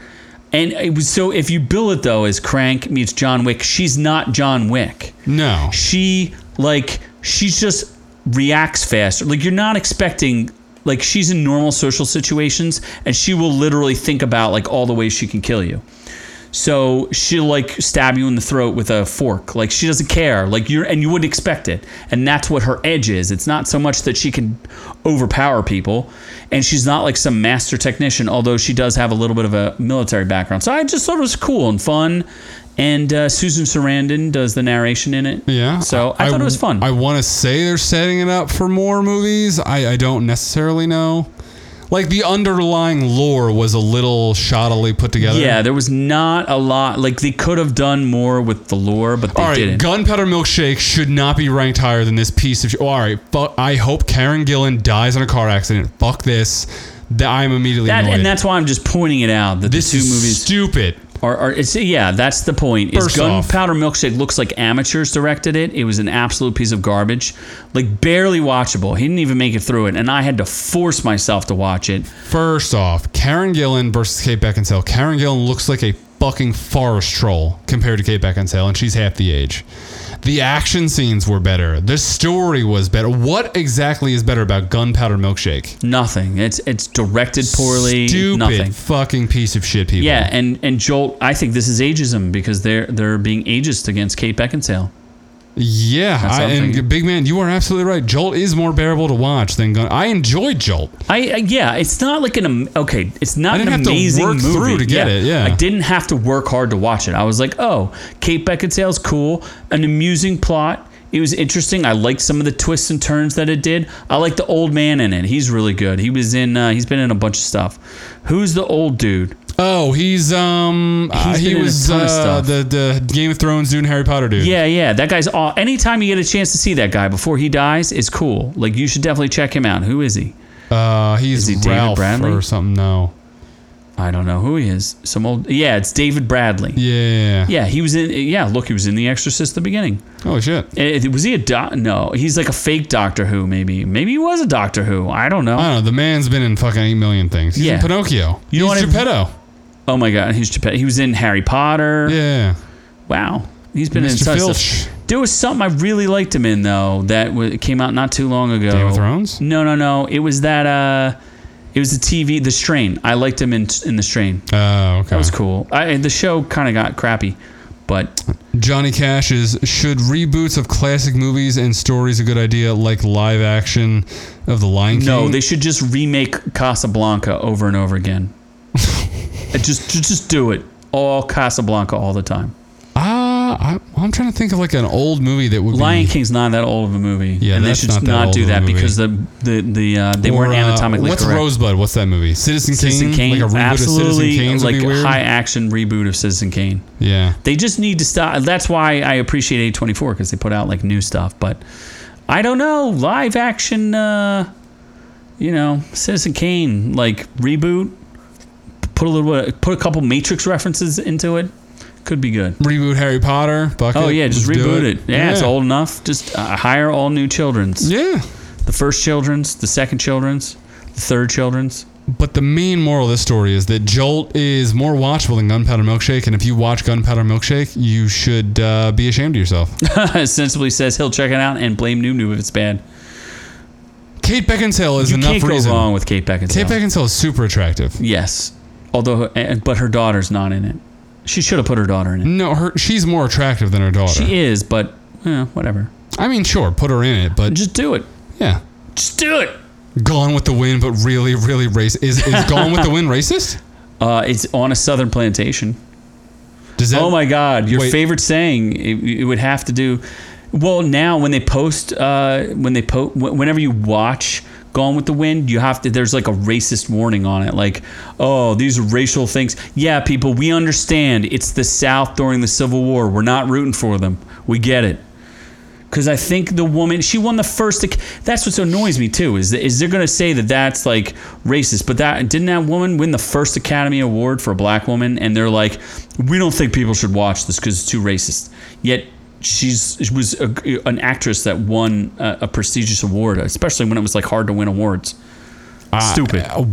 Speaker 1: And it was, so if you bill it though as Crank meets John Wick, she's not John Wick.
Speaker 2: No.
Speaker 1: She like she just reacts faster. Like you're not expecting like she's in normal social situations and she will literally think about like all the ways she can kill you. So she'll like stab you in the throat with a fork. Like she doesn't care. Like you're and you wouldn't expect it. And that's what her edge is. It's not so much that she can overpower people and she's not like some master technician, although she does have a little bit of a military background. So I just thought it was cool and fun. And uh, Susan Sarandon does the narration in it.
Speaker 2: Yeah.
Speaker 1: So I, thought it was fun.
Speaker 2: I want to say they're setting it up for more movies. I, I don't necessarily know. Like the underlying lore was a little shoddily put together.
Speaker 1: yeah, there was not a lot. Like they could have done more with the lore, but they
Speaker 2: All right,
Speaker 1: didn't.
Speaker 2: Gunpowder Milkshake should not be ranked higher than this piece of shit. all right, fuck, I hope Karen Gillan dies in a car accident. Fuck this. That I'm immediately
Speaker 1: that,
Speaker 2: annoyed.
Speaker 1: and that's why I'm just pointing it out that
Speaker 2: this
Speaker 1: the two
Speaker 2: is
Speaker 1: movies
Speaker 2: stupid.
Speaker 1: Or, or it's yeah, that's the point. Is
Speaker 2: First off-
Speaker 1: Gunpowder Milkshake looks like amateurs directed it. It was an absolute piece of garbage, like barely watchable. He didn't even make it through it, and I had to force myself to watch it.
Speaker 2: First off, Karen Gillan versus Kate Beckinsale. Karen Gillan looks like a fucking forest troll compared to Kate Beckinsale, and she's half the age. The action scenes were better. The story was better. What exactly is better about Gunpowder Milkshake?
Speaker 1: Nothing. It's it's directed poorly.
Speaker 2: Stupid
Speaker 1: Nothing.
Speaker 2: fucking piece of shit, people.
Speaker 1: Yeah, and and Joel, I think this is ageism because they're they're being ageist against Kate Beckinsale.
Speaker 2: Yeah,
Speaker 1: That's
Speaker 2: I,
Speaker 1: what I'm
Speaker 2: and
Speaker 1: thinking.
Speaker 2: big man, you are absolutely right. Jolt is more bearable to watch than Gun. I enjoyed Jolt.
Speaker 1: I, I yeah, it's not like an am- okay, it's not
Speaker 2: I didn't
Speaker 1: an
Speaker 2: have to
Speaker 1: amazing
Speaker 2: work
Speaker 1: movie.
Speaker 2: through to get it, yeah.
Speaker 1: I didn't have to work hard to watch it. I was like, oh, Kate Beckinsale's cool, an amusing plot. It was interesting. I liked some of the twists and turns that it did. I like the old man in it. He's really good. He was in. Uh, he's been in a bunch of stuff. Who's the old dude?
Speaker 2: Oh, he's um, uh,
Speaker 1: He's been
Speaker 2: he
Speaker 1: in a
Speaker 2: was
Speaker 1: ton of
Speaker 2: uh,
Speaker 1: stuff.
Speaker 2: the the Game of Thrones dude, and Harry Potter dude.
Speaker 1: Yeah, yeah. That guy's all. Anytime you get a chance to see that guy before he dies, is cool. Like you should definitely check him out. Who is he?
Speaker 2: uh, he's
Speaker 1: Is he David
Speaker 2: Ralph
Speaker 1: Bradley?
Speaker 2: or something. No,
Speaker 1: I don't know who he is. Some old. Yeah, it's David Bradley.
Speaker 2: Yeah.
Speaker 1: Yeah, he was in. Yeah, look, he was in The Exorcist at the beginning.
Speaker 2: Holy shit.
Speaker 1: Eh, Was he a doc? No, he's like a fake Doctor Who. Maybe, maybe he was a Doctor Who. I don't know.
Speaker 2: I don't know. The man's been in fucking eight million things. He's
Speaker 1: Yeah.
Speaker 2: in Pinocchio.
Speaker 1: You know what
Speaker 2: He's
Speaker 1: I-
Speaker 2: Geppetto.
Speaker 1: oh my God, he's Geppetto. He was in Harry Potter.
Speaker 2: Yeah.
Speaker 1: Wow, he's been in
Speaker 2: Mr.
Speaker 1: such stuff.
Speaker 2: Filch.
Speaker 1: There was something I really liked him in though that w- came out not too long ago.
Speaker 2: Game of Thrones?
Speaker 1: No, no, no. It was that. uh It was the TV, The Strain. I liked him in in The Strain.
Speaker 2: Oh, okay.
Speaker 1: That was cool. I, the show kind of got crappy, but
Speaker 2: Johnny Cash is should reboots of classic movies and stories a good idea like live action of the Lion King?
Speaker 1: no, they should just remake Casablanca over and over again. Uh, just, just, just do it. All Casablanca all the time.
Speaker 2: Ah, I, well, I'm trying to think of like an old movie that would
Speaker 1: Lion
Speaker 2: be
Speaker 1: King's not that old of a movie.
Speaker 2: Yeah,
Speaker 1: and they
Speaker 2: that's
Speaker 1: should
Speaker 2: not
Speaker 1: not,
Speaker 2: that old
Speaker 1: do
Speaker 2: of a
Speaker 1: that
Speaker 2: movie.
Speaker 1: because the the, the uh, they weren't
Speaker 2: or, uh,
Speaker 1: anatomically
Speaker 2: What's
Speaker 1: correct.
Speaker 2: Rosebud? What's that movie? Citizen,
Speaker 1: Citizen Kane,
Speaker 2: like a reboot
Speaker 1: absolutely
Speaker 2: of Citizen Kane
Speaker 1: like
Speaker 2: would be weird.
Speaker 1: high action reboot of Citizen Kane.
Speaker 2: yeah,
Speaker 1: They just need to stop. That's why I appreciate A24 because they put out like new stuff. But I don't know, live action, uh, you know, Citizen Kane like reboot. Put a little, bit- put a couple Matrix references into it. Could be good.
Speaker 2: reboot Harry Potter. Bucket,
Speaker 1: Oh yeah, just
Speaker 2: do
Speaker 1: reboot it. Yeah, it's old enough. Just uh, hire all new childrens.
Speaker 2: Yeah,
Speaker 1: The first childrens, the second childrens, the third childrens.
Speaker 2: but the main moral of this story is that Jolt is more watchable than Gunpowder Milkshake, and if you watch Gunpowder Milkshake, you should uh, be ashamed of yourself.
Speaker 1: Sensibly says he'll check it out and blame Noob Noob if it's bad.
Speaker 2: Kate Beckinsale is
Speaker 1: You
Speaker 2: enough
Speaker 1: can't go
Speaker 2: reason.
Speaker 1: wrong with Kate Beckinsale.
Speaker 2: Kate Beckinsale is super attractive.
Speaker 1: Yes. Although, and- but her daughter's not in it. She should have put her daughter in it.
Speaker 2: No, her she's more attractive than her daughter.
Speaker 1: She is, but eh, whatever.
Speaker 2: I mean, sure, put her in it, but
Speaker 1: Just do it.
Speaker 2: yeah.
Speaker 1: Just do it.
Speaker 2: Gone with the Wind, but really, really racist. Is, is Gone with the Wind racist?
Speaker 1: Uh, it's on a southern plantation.
Speaker 2: Does that?
Speaker 1: oh my God! Your
Speaker 2: wait.
Speaker 1: favorite saying. It, it would have to do. Well, now when they post, uh, when they post, whenever you watch Gone with the Wind, you have to. There's like a racist warning on it, like, oh, these are racial things. Yeah, people, we understand. It's the South during the Civil War. We're not rooting for them. We get it. because I think the woman she won the first. ac- That's what annoys me too. Is that, is they're gonna say that that's like racist? But that didn't that woman win the first Academy Award for a black woman? And they're like, we don't think people should watch this because it's too racist. Yet she's she was a, an actress that won a, a prestigious award, especially when it was like hard to win awards. Stupid.
Speaker 2: I,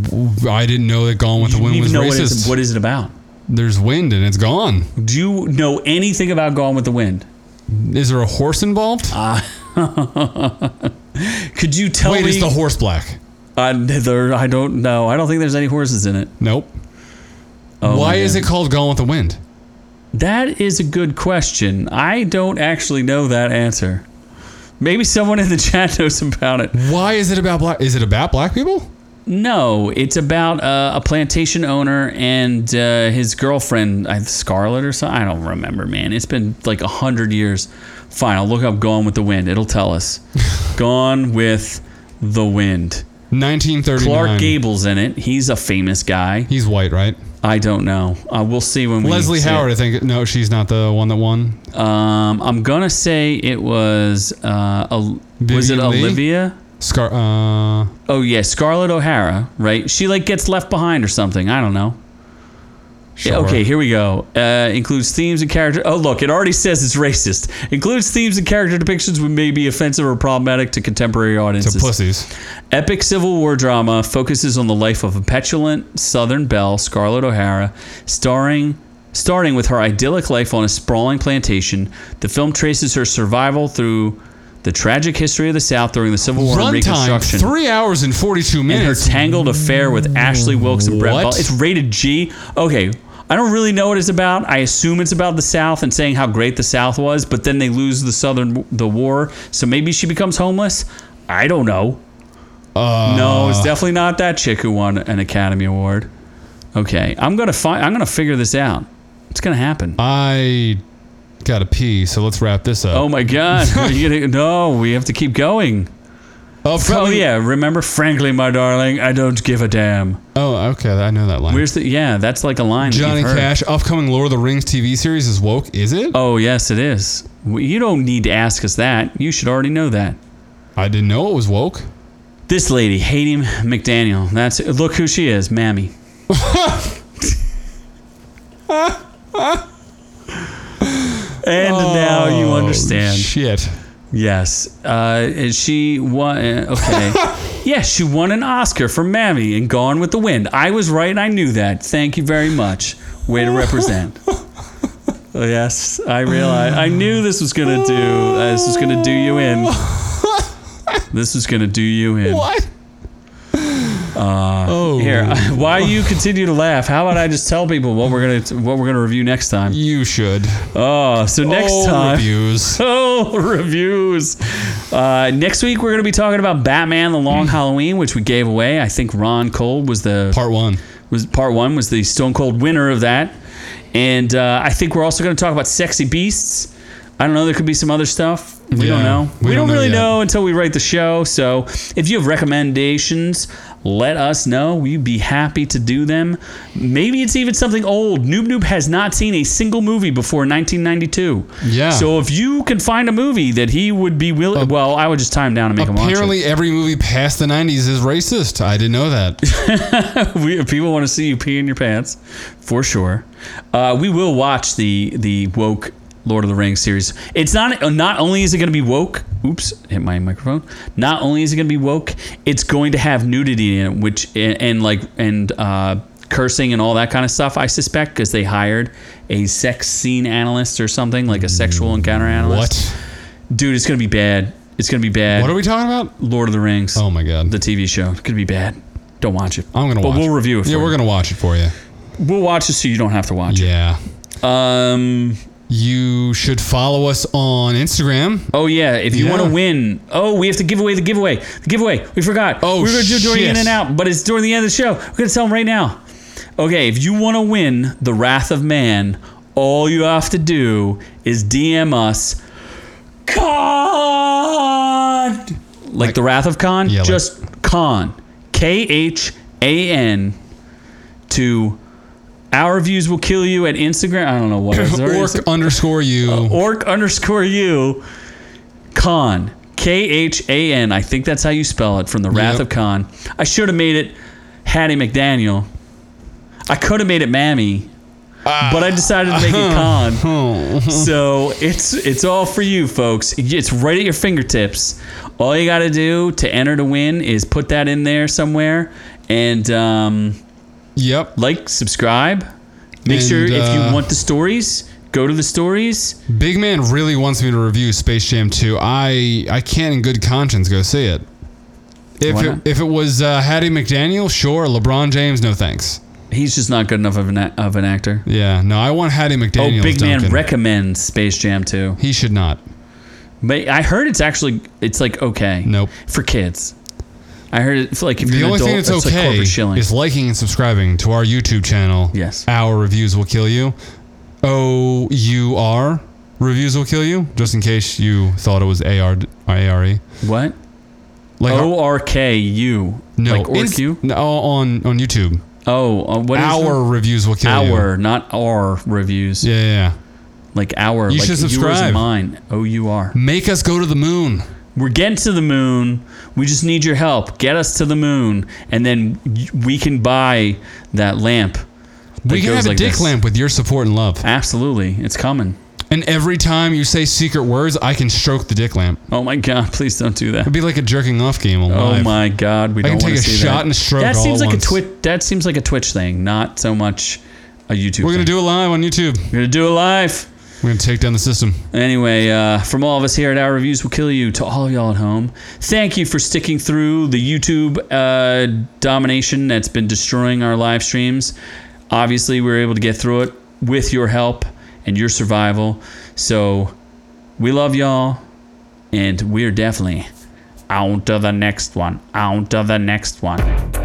Speaker 2: I didn't know that Gone with the
Speaker 1: You
Speaker 2: Wind
Speaker 1: even
Speaker 2: was
Speaker 1: know what, it's,
Speaker 2: racist.
Speaker 1: what is it about?
Speaker 2: There's wind and it's gone.
Speaker 1: Do you know anything about Gone with the Wind?
Speaker 2: Is there a horse involved?
Speaker 1: Could you tell
Speaker 2: Wait,
Speaker 1: me?
Speaker 2: is the horse black?
Speaker 1: uh, there, I don't know. I don't think there's any horses in it.
Speaker 2: Nope.
Speaker 1: Oh,
Speaker 2: Why is it called Gone with the Wind?
Speaker 1: That is a good question. I don't actually know that answer. Maybe someone in the chat knows about it.
Speaker 2: Why is it about black? Is it about black people?
Speaker 1: No, it's about uh, a plantation owner and uh, his girlfriend, I- Scarlet or something. I don't remember, man. It's been like a hundred years. Fine, I'll look up "Gone with the Wind." It'll tell us. Gone with the Wind.
Speaker 2: 1939.
Speaker 1: Clark Gable's in it. He's a famous guy.
Speaker 2: He's white, right?
Speaker 1: I don't know. Uh, we'll see when we
Speaker 2: Leslie
Speaker 1: see it.
Speaker 2: Howard, I think. No, she's not the one that won.
Speaker 1: Um, I'm gonna say it was uh, Ol- was it
Speaker 2: Vivian Leigh?
Speaker 1: Olivia?
Speaker 2: Scar. Uh,
Speaker 1: Oh yeah, Scarlett O'Hara, right? She like gets left behind or something. I don't know. Yeah,
Speaker 2: sure.
Speaker 1: Okay, here we go. Uh, includes themes and character. Oh look, it already says it's racist. Includes themes and character depictions which may be offensive or problematic to contemporary
Speaker 2: To
Speaker 1: audiences.
Speaker 2: pussies.
Speaker 1: Epic Civil War drama focuses on the life of a petulant Southern belle, Scarlett O'Hara, starring starting with her idyllic life on a sprawling plantation. The film traces her survival through the tragic history of the South during the Civil War and
Speaker 2: Runtime:
Speaker 1: Reconstruction.
Speaker 2: three hours and forty-two
Speaker 1: and her
Speaker 2: minutes.
Speaker 1: tangled affair with Ashley Wilkes and Brett
Speaker 2: What?
Speaker 1: Ball. It's rated G. Okay. I don't really know what it's about. I assume it's about the South and saying how great the South was, but then they lose the Southern the war, so maybe she becomes homeless. I don't know. No, it's definitely not that chick who won an Academy Award. Okay, I'm gonna find. I'm gonna figure this out. It's gonna happen.
Speaker 2: Uh, I gotta pee, so let's wrap this up.
Speaker 1: oh my god! Are you gonna- no, we have to keep going.
Speaker 2: Upcoming-
Speaker 1: oh yeah, remember, frankly, my darling, I don't give a damn.
Speaker 2: Oh, okay. I know that line.
Speaker 1: Where's the? Yeah, that's like a line. that you've
Speaker 2: Johnny
Speaker 1: heard.
Speaker 2: Cash, upcoming Lord of the Rings TV series is woke, is it?
Speaker 1: Oh yes, it is. We- You don't need to ask us that. You should already know that.
Speaker 2: I didn't know it was woke.
Speaker 1: This lady, Hadim McDaniel. That's look who she is, Mammy. And now you
Speaker 2: Oh,
Speaker 1: understand.
Speaker 2: Shit.
Speaker 1: Yes. Uh, and she won. uh, Okay. yeah, she won an Oscar for Mammy and Gone with the Wind. I was right. I knew that. Thank you very much. Way to represent. yes, I realized. I knew this was gonna do. Uh, this was gonna do you in. This is gonna do you in.
Speaker 2: What? oh,
Speaker 1: Here, why you continue to laugh? How about I just tell people what we're gonna what we're gonna review next time?
Speaker 2: you should.
Speaker 1: Oh, so next
Speaker 2: oh,
Speaker 1: time.
Speaker 2: reviews.
Speaker 1: Oh, reviews. Uh, next week, we're going to be talking about Batman: The Long Halloween, which we gave away. I think Ron Cole was the
Speaker 2: Part one.
Speaker 1: was part one was the Stone Cold winner of that, and uh, I think we're also going to talk about Sexy Beasts. I don't know. There could be some other stuff. We
Speaker 2: Yeah,
Speaker 1: don't know. We,
Speaker 2: we
Speaker 1: don't,
Speaker 2: don't know
Speaker 1: really
Speaker 2: yet.
Speaker 1: know until we write the show. So if you have recommendations, let us know. We'd be happy to do them. Maybe it's even something old. Noob Noob has not seen a single movie before 1992.
Speaker 2: Yeah.
Speaker 1: So if you can find a movie that he would be willing, well, I would just tie him down and make him watch
Speaker 2: Apparently, every movie past the 90s is racist. I didn't know that.
Speaker 1: it. We, if people want to see you pee in your pants, for sure. Uh, we will watch the the woke Lord of the Rings series. It's not not only is it going to be woke. Oops, hit my microphone. Not only is it going to be woke, it's going to have nudity in it, which and, and like and uh, cursing and all that kind of stuff. I suspect because they hired a sex scene analyst or something like a sexual encounter analyst.
Speaker 2: what?
Speaker 1: Dude, it's going to be bad. It's going to be bad.
Speaker 2: What are we talking about?
Speaker 1: Lord of the Rings.
Speaker 2: Oh my god.
Speaker 1: the TV show. It could be bad. Don't watch it.
Speaker 2: I'm gonna
Speaker 1: But
Speaker 2: watch.
Speaker 1: we'll review it.
Speaker 2: Yeah,
Speaker 1: for
Speaker 2: we're
Speaker 1: you.
Speaker 2: gonna watch it for you.
Speaker 1: We'll watch it so you don't have to watch
Speaker 2: Yeah.
Speaker 1: it. Um.
Speaker 2: You should follow us on Instagram.
Speaker 1: Oh yeah. If you
Speaker 2: Yeah.
Speaker 1: want to win, oh, we have to give away the giveaway. The giveaway. We forgot.
Speaker 2: Oh,
Speaker 1: we were gonna do it during
Speaker 2: shit.
Speaker 1: in and out, but it's during the end of the show. We're gonna tell them right now. Okay. If you want to win the Wrath of Man, all you have to do is DM us. Con. Like, the Wrath of Khan.
Speaker 2: Yeah, like-
Speaker 1: just Khan. K H A N. To our views will kill you at Instagram. I don't know what. Oh, is there
Speaker 2: Orc
Speaker 1: Insta- Oh.
Speaker 2: underscore you.
Speaker 1: orc underscore you con k-h-a-n i think that's how you spell it from the wrath
Speaker 2: Yep.
Speaker 1: of khan i should have made it hattie mcdaniel i could have made it mammy but i decided to make it
Speaker 2: Ah.
Speaker 1: con
Speaker 2: Oh.
Speaker 1: so it's it's all for you folks it's right at your fingertips all you gotta do to enter to win is put that in there somewhere and um,
Speaker 2: yep.
Speaker 1: like subscribe make
Speaker 2: And,
Speaker 1: sure if
Speaker 2: uh,
Speaker 1: you want the stories go to the stories
Speaker 2: Big Man really wants me to review Space Jam 2. I I can't in good conscience go see it. If
Speaker 1: Why
Speaker 2: it,
Speaker 1: not?
Speaker 2: if it was uh, Hattie McDaniel, sure. LeBron James, no thanks.
Speaker 1: He's just not good enough of an, a- of an actor.
Speaker 2: Yeah, no, I want Hattie McDaniel.
Speaker 1: oh, Big Man
Speaker 2: Duncan.
Speaker 1: recommends Space Jam 2.
Speaker 2: He should not.
Speaker 1: But I heard it's actually it's like okay.
Speaker 2: Nope.
Speaker 1: For kids. I heard it's like if
Speaker 2: The
Speaker 1: you're an
Speaker 2: only
Speaker 1: adult,
Speaker 2: thing that's
Speaker 1: it's like
Speaker 2: okay
Speaker 1: corporate shilling.
Speaker 2: is liking and subscribing to our YouTube channel.
Speaker 1: Yes.
Speaker 2: Our reviews will kill you. O U R reviews will kill you. Just in case you thought it was A R A R E.
Speaker 1: what?
Speaker 2: Like
Speaker 1: O R K U.
Speaker 2: no
Speaker 1: Oh, Like
Speaker 2: inst-
Speaker 1: orq.
Speaker 2: No, on on YouTube.
Speaker 1: oh, uh, what is
Speaker 2: Our
Speaker 1: it?
Speaker 2: reviews will kill you.
Speaker 1: Our, not our reviews.
Speaker 2: Yeah, yeah, yeah.
Speaker 1: Like our.
Speaker 2: You
Speaker 1: like
Speaker 2: should
Speaker 1: yours and
Speaker 2: subscribe.
Speaker 1: mine. O U R.
Speaker 2: Make us go to the moon.
Speaker 1: We're getting to the moon. We just need your help. Get us to the moon, and then y- we can buy that lamp.
Speaker 2: We can
Speaker 1: goes
Speaker 2: have a
Speaker 1: like
Speaker 2: dick
Speaker 1: this.
Speaker 2: lamp with your support and love.
Speaker 1: Absolutely, it's coming.
Speaker 2: And every time you say secret words, I can stroke the dick lamp.
Speaker 1: Oh my god, please don't do that.
Speaker 2: It'd be like a jerking off game
Speaker 1: Oh
Speaker 2: alive.
Speaker 1: my god, we
Speaker 2: I
Speaker 1: don't
Speaker 2: can
Speaker 1: want
Speaker 2: take
Speaker 1: to
Speaker 2: a
Speaker 1: see
Speaker 2: shot
Speaker 1: that.
Speaker 2: and a stroke
Speaker 1: That
Speaker 2: all
Speaker 1: seems
Speaker 2: at
Speaker 1: like
Speaker 2: once.
Speaker 1: a twitch. That seems like a Twitch thing, not so much a YouTube.
Speaker 2: We're gonna
Speaker 1: thing.
Speaker 2: do it live on YouTube.
Speaker 1: We're gonna do it live.
Speaker 2: We're gonna take down the system.
Speaker 1: Anyway, uh, from all of us here at Our Reviews Will Kill You to all of y'all at home, thank you for sticking through the YouTube uh, domination that's been destroying our live streams. Obviously, we were able to get through it with your help and your survival. So we love y'all, and we're definitely on to the next one. On to the next one.